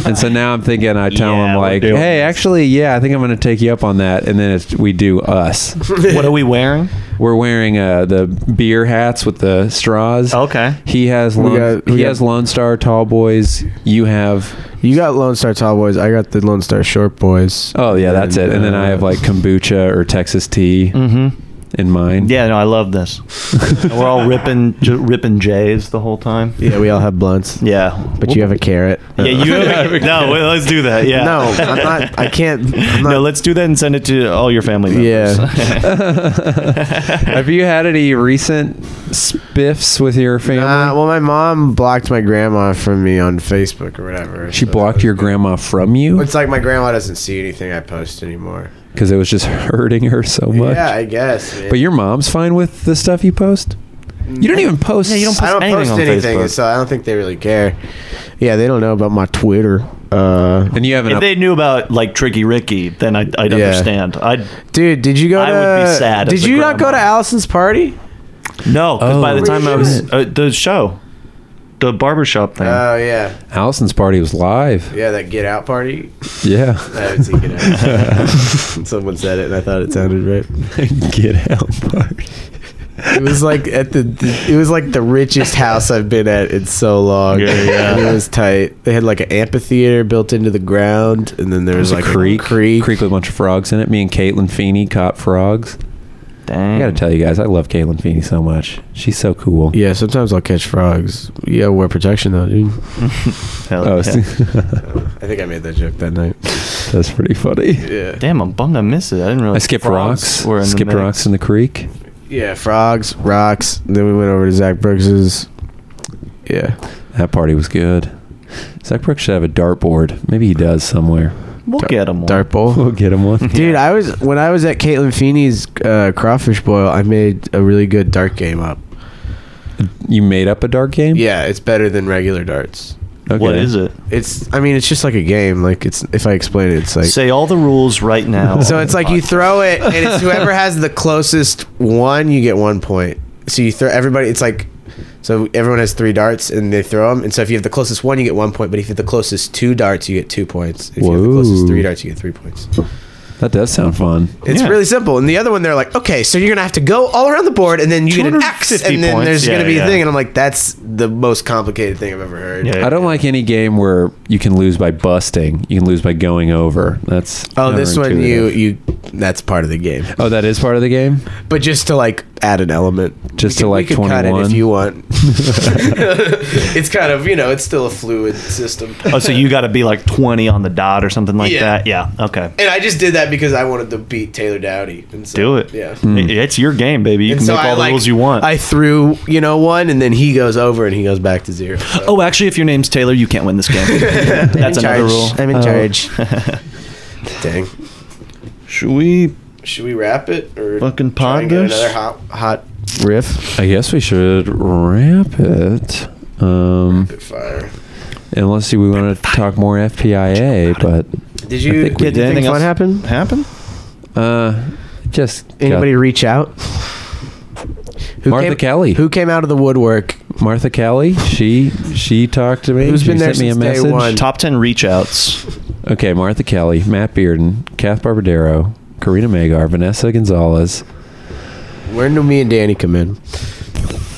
[SPEAKER 6] and so now I'm thinking, I tell him like,
[SPEAKER 2] doing
[SPEAKER 6] hey, actually, yeah, I think I'm gonna take you up on that. And then it's, we do us.
[SPEAKER 2] what are we wearing?
[SPEAKER 6] We're wearing uh, the beer hats with the straws.
[SPEAKER 2] Okay.
[SPEAKER 6] He has Lone,
[SPEAKER 9] got- we
[SPEAKER 6] he
[SPEAKER 9] got-
[SPEAKER 6] has Lone Star Tall Boys. You have
[SPEAKER 9] You got Lone Star Tall Boys. I got the Lone Star Short Boys.
[SPEAKER 6] oh yeah, that's it. And then I have like kombucha or Texas tea
[SPEAKER 2] Mm-hmm.
[SPEAKER 6] in mine.
[SPEAKER 2] Yeah, no, I love this. And We're all ripping j- ripping J's the whole time.
[SPEAKER 9] Yeah, we all have blunts,
[SPEAKER 2] Yeah.
[SPEAKER 9] but you have a carrot.
[SPEAKER 2] Yeah, you. no, wait, let's do that. Yeah.
[SPEAKER 9] No, I'm not. I can't. I'm not
[SPEAKER 2] no, let's do that and send it to all your family members.
[SPEAKER 9] Yeah.
[SPEAKER 6] have you had any recent spiffs with your family?
[SPEAKER 9] Uh, well, my mom blocked my grandma from me on Facebook or whatever.
[SPEAKER 6] she
[SPEAKER 9] so-
[SPEAKER 6] blocked your grandma from you
[SPEAKER 9] It's like my grandma doesn't see anything I post anymore.
[SPEAKER 6] because it was just hurting her so much.
[SPEAKER 9] Yeah, I guess. man.
[SPEAKER 6] But your mom's fine with the stuff you post. You don't even post.
[SPEAKER 2] Yeah, you don't
[SPEAKER 9] I don't
[SPEAKER 2] anything
[SPEAKER 9] post
[SPEAKER 2] on
[SPEAKER 9] anything,
[SPEAKER 2] Facebook.
[SPEAKER 9] so I don't think they really care. Yeah, they don't know about my Twitter. Uh,
[SPEAKER 6] And you haven't.
[SPEAKER 2] If
[SPEAKER 6] up-
[SPEAKER 2] they knew about like Tricky Ricky, then I'd, I'd
[SPEAKER 9] Yeah.
[SPEAKER 2] understand. I'd
[SPEAKER 9] dude, did you go?
[SPEAKER 2] I
[SPEAKER 9] to,
[SPEAKER 2] would be sad
[SPEAKER 9] Did
[SPEAKER 2] as a
[SPEAKER 9] you not go to
[SPEAKER 2] grandma.
[SPEAKER 9] Allison's party?
[SPEAKER 2] no, because
[SPEAKER 6] Oh,
[SPEAKER 2] by the time I was
[SPEAKER 6] shit. Uh,
[SPEAKER 2] uh, the show, the barbershop thing.
[SPEAKER 9] Oh yeah,
[SPEAKER 6] Allison's party was live.
[SPEAKER 9] yeah, that get out party.
[SPEAKER 6] Yeah.
[SPEAKER 9] I haven't seen get out. Someone said it, and I thought it sounded right.
[SPEAKER 6] Get out party.
[SPEAKER 9] It was like at the, the- it was like the richest house I've been at in so long.
[SPEAKER 2] Yeah, yeah.
[SPEAKER 9] And it was tight. They had like an amphitheater built into the ground, and then there was,
[SPEAKER 6] There's
[SPEAKER 9] like
[SPEAKER 6] a creek,
[SPEAKER 9] a creek.
[SPEAKER 6] creek with a bunch of frogs in it. Me and Caitlin Feeney caught frogs. I
[SPEAKER 2] Dang.
[SPEAKER 6] gotta tell you guys, I love Caitlin Feeney so much. She's so cool.
[SPEAKER 9] Yeah, sometimes I'll catch frogs. You gotta wear protection though, dude.
[SPEAKER 2] Hell
[SPEAKER 6] Oh,
[SPEAKER 2] yeah.
[SPEAKER 9] I think I made that joke that night.
[SPEAKER 6] that's pretty funny.
[SPEAKER 9] Yeah.
[SPEAKER 2] Damn, I'm bummed I missed it. I didn't really.
[SPEAKER 6] I skipped
[SPEAKER 2] frogs
[SPEAKER 6] rocks.
[SPEAKER 2] were in the
[SPEAKER 6] skipped
[SPEAKER 2] mix.
[SPEAKER 6] rocks in the creek.
[SPEAKER 9] Yeah, frogs, rocks. Then we went over to Zach Brooks's. Yeah.
[SPEAKER 6] That party was good. Zach Brooks should have a dartboard. Maybe he does somewhere.
[SPEAKER 2] We'll
[SPEAKER 9] Dar-
[SPEAKER 2] get them.
[SPEAKER 9] Dart bowl.
[SPEAKER 6] We'll get him one.
[SPEAKER 9] Dude, I was when I was at Caitlin Feeney's uh, crawfish boil. I made a really good dart game up.
[SPEAKER 6] You made up a dart game?
[SPEAKER 9] Yeah, it's better than regular darts.
[SPEAKER 6] Okay.
[SPEAKER 2] What is it?
[SPEAKER 9] It's. I mean, it's just like a game. Like it's. If I explain it, it's like.
[SPEAKER 2] Say all the rules right now.
[SPEAKER 9] so it's like you throw it, and it's whoever has the closest one, you get one point. So you throw everybody. It's like. So everyone has three darts, and they throw them. And so if you have the closest one, you get one point. But if you have the closest two darts, you get two points. If you have the closest
[SPEAKER 6] Whoa.
[SPEAKER 9] three darts, you get three points.
[SPEAKER 6] That does sound fun.
[SPEAKER 9] It's really simple. And the other one, they're like, okay, so you're gonna have to go all around the board, and then you get an X,
[SPEAKER 6] 250
[SPEAKER 9] and then
[SPEAKER 6] points.
[SPEAKER 9] there's
[SPEAKER 6] Yeah,
[SPEAKER 9] gonna be
[SPEAKER 6] yeah.
[SPEAKER 9] a thing. And I'm like, that's the most complicated thing I've ever heard.
[SPEAKER 6] I don't like any game where you can lose by busting. You can lose by going over. That's
[SPEAKER 9] Oh, this one
[SPEAKER 6] counterintuitive.
[SPEAKER 9] you you that's part of the game.
[SPEAKER 6] Oh, that is part of the game.
[SPEAKER 9] But just to like add an element,
[SPEAKER 6] Just
[SPEAKER 9] We
[SPEAKER 6] to
[SPEAKER 9] can- we
[SPEAKER 6] like
[SPEAKER 9] can
[SPEAKER 6] twenty
[SPEAKER 9] cut it
[SPEAKER 6] one.
[SPEAKER 9] if you want. it's kind of you know it's still a fluid system.
[SPEAKER 2] oh, so you got to be like 20 on the dot or something like
[SPEAKER 9] Yeah.
[SPEAKER 2] that? Yeah. Okay.
[SPEAKER 9] And I just did that because I wanted to beat Taylor Dowdy. And so,
[SPEAKER 2] Do it.
[SPEAKER 9] Yeah.
[SPEAKER 2] It- It's your game, baby. You
[SPEAKER 9] And
[SPEAKER 2] can
[SPEAKER 9] so
[SPEAKER 2] make all
[SPEAKER 9] I,
[SPEAKER 2] the
[SPEAKER 9] like,
[SPEAKER 2] rules you want.
[SPEAKER 9] I threw, you know, one, and then he goes over and he goes back to zero. So.
[SPEAKER 2] oh, actually, if your name's Taylor, you can't win this game. That's
[SPEAKER 9] in
[SPEAKER 2] another
[SPEAKER 9] charge.
[SPEAKER 2] rule.
[SPEAKER 9] I'm in
[SPEAKER 2] Oh.
[SPEAKER 9] charge. Dang.
[SPEAKER 2] Should we
[SPEAKER 9] Should we wrap it or
[SPEAKER 2] Fucking
[SPEAKER 9] try and get
[SPEAKER 2] pod this?
[SPEAKER 9] Another hot, hot
[SPEAKER 6] riff. I guess we should wrap it. Um,
[SPEAKER 9] fire.
[SPEAKER 6] Unless you- we want to talk more FPIA, but
[SPEAKER 9] Did
[SPEAKER 6] I
[SPEAKER 9] you?
[SPEAKER 6] think we-
[SPEAKER 9] did anything fun happen?
[SPEAKER 2] Happen?
[SPEAKER 6] Uh, just
[SPEAKER 9] Anybody reach out? Who
[SPEAKER 6] Martha
[SPEAKER 9] came-
[SPEAKER 6] Kelly.
[SPEAKER 9] Who came out of the woodwork?
[SPEAKER 6] Martha Kelly. She she talked to me.
[SPEAKER 9] Who's
[SPEAKER 6] she
[SPEAKER 9] been there
[SPEAKER 6] sent me a
[SPEAKER 9] since day
[SPEAKER 6] message.
[SPEAKER 9] one?
[SPEAKER 2] Top 10 reach outs.
[SPEAKER 6] Okay, Martha Kelly, Matt Bearden, Kath Barbadero, Karina Magar, Vanessa Gonzalez.
[SPEAKER 9] Where do me and Danny come in?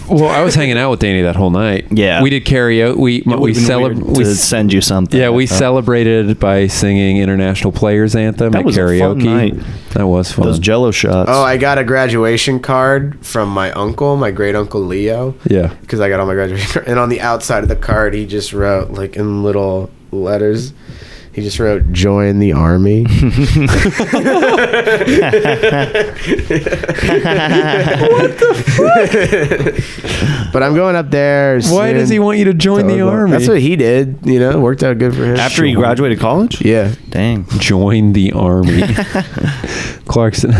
[SPEAKER 6] Well, I was hanging out with Danny that whole night.
[SPEAKER 2] Yeah.
[SPEAKER 6] we did karaoke. We
[SPEAKER 2] It
[SPEAKER 6] we
[SPEAKER 2] would've been weird
[SPEAKER 6] celebrated.
[SPEAKER 2] to send you something.
[SPEAKER 6] Yeah, we
[SPEAKER 2] Uh,
[SPEAKER 6] celebrated by singing International Players Anthem
[SPEAKER 2] That
[SPEAKER 6] at
[SPEAKER 2] was a fun
[SPEAKER 6] karaoke.
[SPEAKER 2] night.
[SPEAKER 6] That was fun.
[SPEAKER 2] Those jello shots.
[SPEAKER 9] Oh, I got a graduation card from my uncle, my great uncle Leo.
[SPEAKER 6] yeah.
[SPEAKER 9] because I got all my graduation. card. And on the outside of the card, he just wrote like in little letters. He just wrote "Join the Army." but I'm going up there.
[SPEAKER 6] Why does he want you to join the army?
[SPEAKER 9] That's what he did. You know, worked out good for him.
[SPEAKER 2] After you graduated college?
[SPEAKER 9] yeah.
[SPEAKER 2] Dang.
[SPEAKER 6] join the army. Clarkson.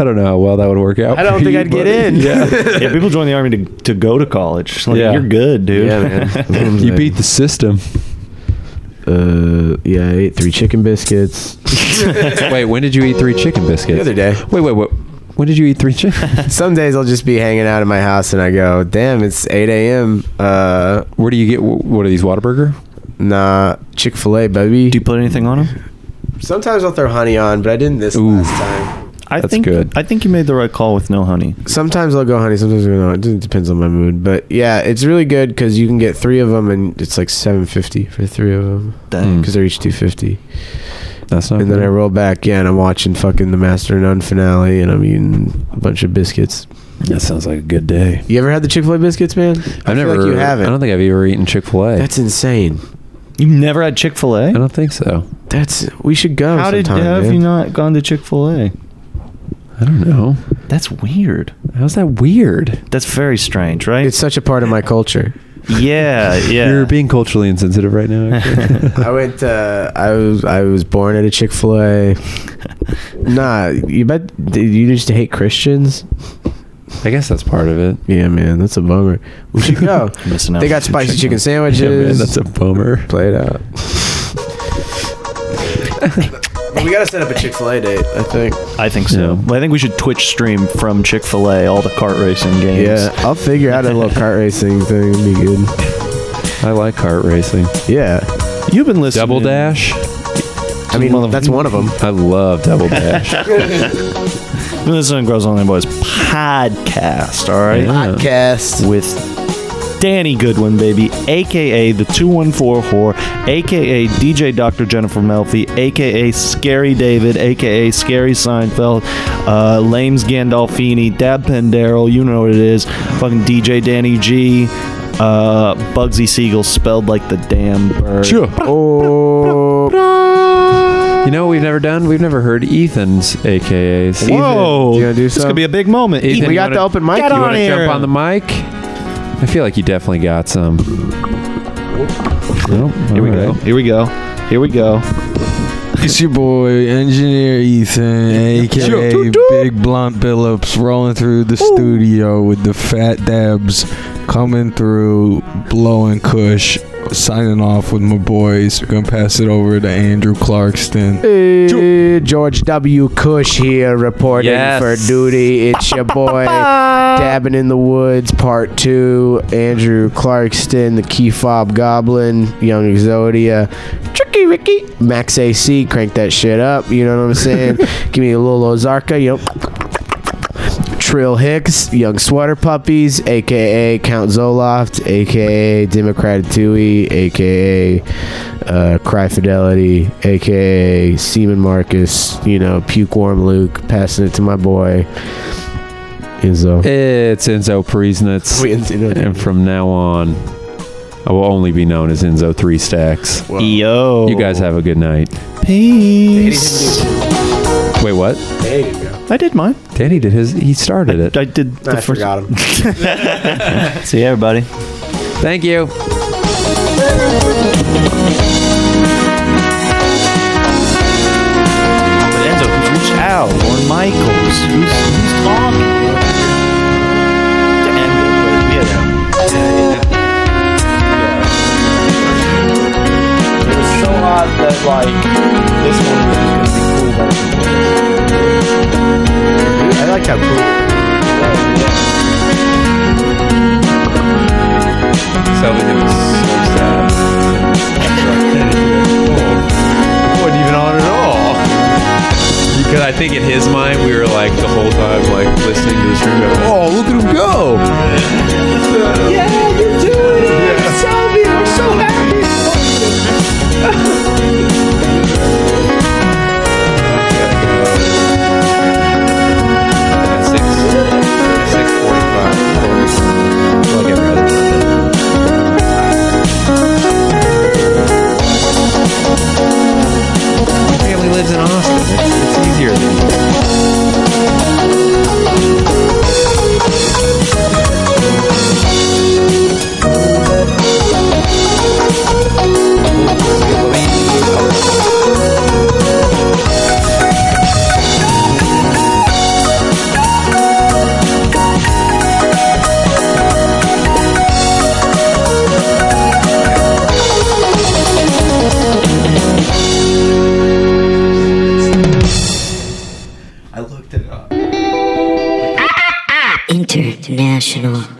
[SPEAKER 6] I don't know how well that would work out.
[SPEAKER 9] I don't
[SPEAKER 6] for
[SPEAKER 9] think
[SPEAKER 6] you,
[SPEAKER 9] I'd get
[SPEAKER 6] buddy.
[SPEAKER 9] in.
[SPEAKER 6] Yeah.
[SPEAKER 2] yeah, people join the army to, to go to college. Like,
[SPEAKER 6] Yeah.
[SPEAKER 2] You're good, dude.
[SPEAKER 9] Yeah, man.
[SPEAKER 6] you beat the system.
[SPEAKER 9] Uh, yeah, I ate three chicken biscuits
[SPEAKER 6] Wait, when did you eat three chicken biscuits?
[SPEAKER 9] the other day.
[SPEAKER 6] Wait, wait, what? When did you eat three chicken?
[SPEAKER 9] Some days I'll just be hanging out in my house and I go, "Damn, it's 8 a.m. Uh,
[SPEAKER 6] Where do you get? wh- What are these Whataburger?
[SPEAKER 9] Nah, Chick Fil A, baby.
[SPEAKER 2] Do you put anything on them?
[SPEAKER 9] Sometimes I'll throw honey on, but I didn't this
[SPEAKER 6] Ooh.
[SPEAKER 9] last time.
[SPEAKER 2] I
[SPEAKER 6] That's
[SPEAKER 2] think
[SPEAKER 6] good.
[SPEAKER 2] I think you made the right call with no honey.
[SPEAKER 9] Sometimes I'll go honey. Sometimes I'll go no. It just depends on my mood. But yeah, it's really good because you can get three of them and it's like seven fifty for three of them
[SPEAKER 6] Hmm.
[SPEAKER 2] Dang.
[SPEAKER 9] because they're each two fifty.
[SPEAKER 6] That's not.
[SPEAKER 9] And then
[SPEAKER 6] bad.
[SPEAKER 9] I roll back, yeah, and I'm watching fucking the Master and None finale, and I'm eating a bunch of biscuits.
[SPEAKER 6] that sounds like a good day.
[SPEAKER 9] You ever had the Chick Fil A biscuits, man?
[SPEAKER 6] I've
[SPEAKER 9] feel
[SPEAKER 6] never.
[SPEAKER 9] Like you haven't.
[SPEAKER 6] I don't think I've ever eaten Chick Fil A. I
[SPEAKER 9] That's insane.
[SPEAKER 2] You've never had Chick Fil A?
[SPEAKER 6] don't think so.
[SPEAKER 9] That's we should go.
[SPEAKER 2] How did
[SPEAKER 9] sometime,
[SPEAKER 2] have
[SPEAKER 9] man.
[SPEAKER 2] you not gone to Chick Fil A?
[SPEAKER 6] I don't know.
[SPEAKER 2] That's weird.
[SPEAKER 6] How's that weird?
[SPEAKER 2] That's very strange, right?
[SPEAKER 9] It's such a part of my culture.
[SPEAKER 2] yeah, yeah.
[SPEAKER 6] You're being culturally insensitive right now. actually.
[SPEAKER 9] I went. Uh, I was. I was born at a Chick Fil A. Nah, you bet. Did you just hate Christians?
[SPEAKER 6] I guess that's part of it.
[SPEAKER 9] Yeah, man, that's a bummer. We should go.
[SPEAKER 2] Missing out
[SPEAKER 9] they got
[SPEAKER 2] on some
[SPEAKER 9] spicy
[SPEAKER 2] chicken.
[SPEAKER 9] chicken sandwiches.
[SPEAKER 6] Yeah, man, that's a bummer.
[SPEAKER 9] Play it out. But we gotta set up a Chick Fil A date. I think.
[SPEAKER 2] I think so.
[SPEAKER 6] Yeah.
[SPEAKER 2] Well, I think we should Twitch stream from Chick Fil A all the kart racing games.
[SPEAKER 9] Yeah, I'll figure out a little kart racing thing. It'd be good.
[SPEAKER 6] I like kart racing.
[SPEAKER 9] Yeah,
[SPEAKER 2] You've been listening.
[SPEAKER 6] Double dash.
[SPEAKER 9] I mean that's one of them.
[SPEAKER 6] I love double dash.
[SPEAKER 2] You've been listening to Girls Only Boys podcast. All right.
[SPEAKER 6] Yeah.
[SPEAKER 9] Podcast.
[SPEAKER 2] with Danny Goodwin, baby, aka the 214 whore, aka DJ Dr. Jennifer Melfi, aka Scary David, aka Scary Seinfeld, uh, Lames Gandolfini, Dab Pendero, you know what it is, fucking DJ Danny G, uh, Bugsy Siegel spelled like the damn bird.
[SPEAKER 6] You know what we've never done? We've never heard Ethan's AKAs.
[SPEAKER 2] Whoa!
[SPEAKER 9] Do you wanna do
[SPEAKER 2] this
[SPEAKER 9] some?
[SPEAKER 2] could be a big moment.
[SPEAKER 6] Ethan, you
[SPEAKER 9] we got
[SPEAKER 6] wanna-
[SPEAKER 9] the open mic.
[SPEAKER 2] Get
[SPEAKER 9] You
[SPEAKER 2] on
[SPEAKER 9] wanna-
[SPEAKER 2] it.
[SPEAKER 6] Wanna
[SPEAKER 2] here.
[SPEAKER 6] jump on the mic? I feel like you definitely got some. Nope.
[SPEAKER 2] Here we go.
[SPEAKER 6] Alright.
[SPEAKER 2] Here we go. Here we go.
[SPEAKER 13] It's your boy, Engineer Ethan, aka Big Blunt Billups, rolling through the studio with the fat dabs coming through, blowing Kush
[SPEAKER 8] Signing off with my boys. We're gonna pass it over to Andrew Clarkston.
[SPEAKER 4] Hey, George W. Cush here reporting
[SPEAKER 8] Yes.
[SPEAKER 4] for duty. It's your boy Dabbing in the Woods, Part 2. Andrew Clarkston, the Key Fob Goblin, Young Exodia, Tricky Ricky, Max AC, crank that shit up. You know what I'm saying? Give me a little Ozarka, you know. Trill Hicks, Young Sweater Puppies, aka Count Zoloft, aka Democratic Dewey, aka uh, Cry Fidelity, aka Seaman Marcus, you know, Puke Warm Luke, passing it to my boy. Izzo.
[SPEAKER 6] It's Enzo Priesnitz. and from now on, I will only be known as Enzo Three Stacks.
[SPEAKER 2] Yo.
[SPEAKER 6] You guys have a good night.
[SPEAKER 2] Peace.
[SPEAKER 6] Wait, what?
[SPEAKER 2] I did mine.
[SPEAKER 6] Danny did his. He started it.
[SPEAKER 2] I did the
[SPEAKER 4] I
[SPEAKER 2] first.
[SPEAKER 4] forgot him.
[SPEAKER 2] See you, everybody.
[SPEAKER 6] Thank you.
[SPEAKER 2] But Enzo, who's reached out? Or Michaels? Who's, who's talking? To end it, but we had It was so odd that, like, this one was going to be cool.
[SPEAKER 4] I like how
[SPEAKER 6] Selvin, it was so sad. wasn't even on at all. Because I think in his mind, we were like the whole time, like listening to this room.
[SPEAKER 14] Oh, look at him go!
[SPEAKER 15] Yeah, you're doing it. Selby, we're so happy.
[SPEAKER 6] Family lives in Austin. It's, it's easier than
[SPEAKER 1] International.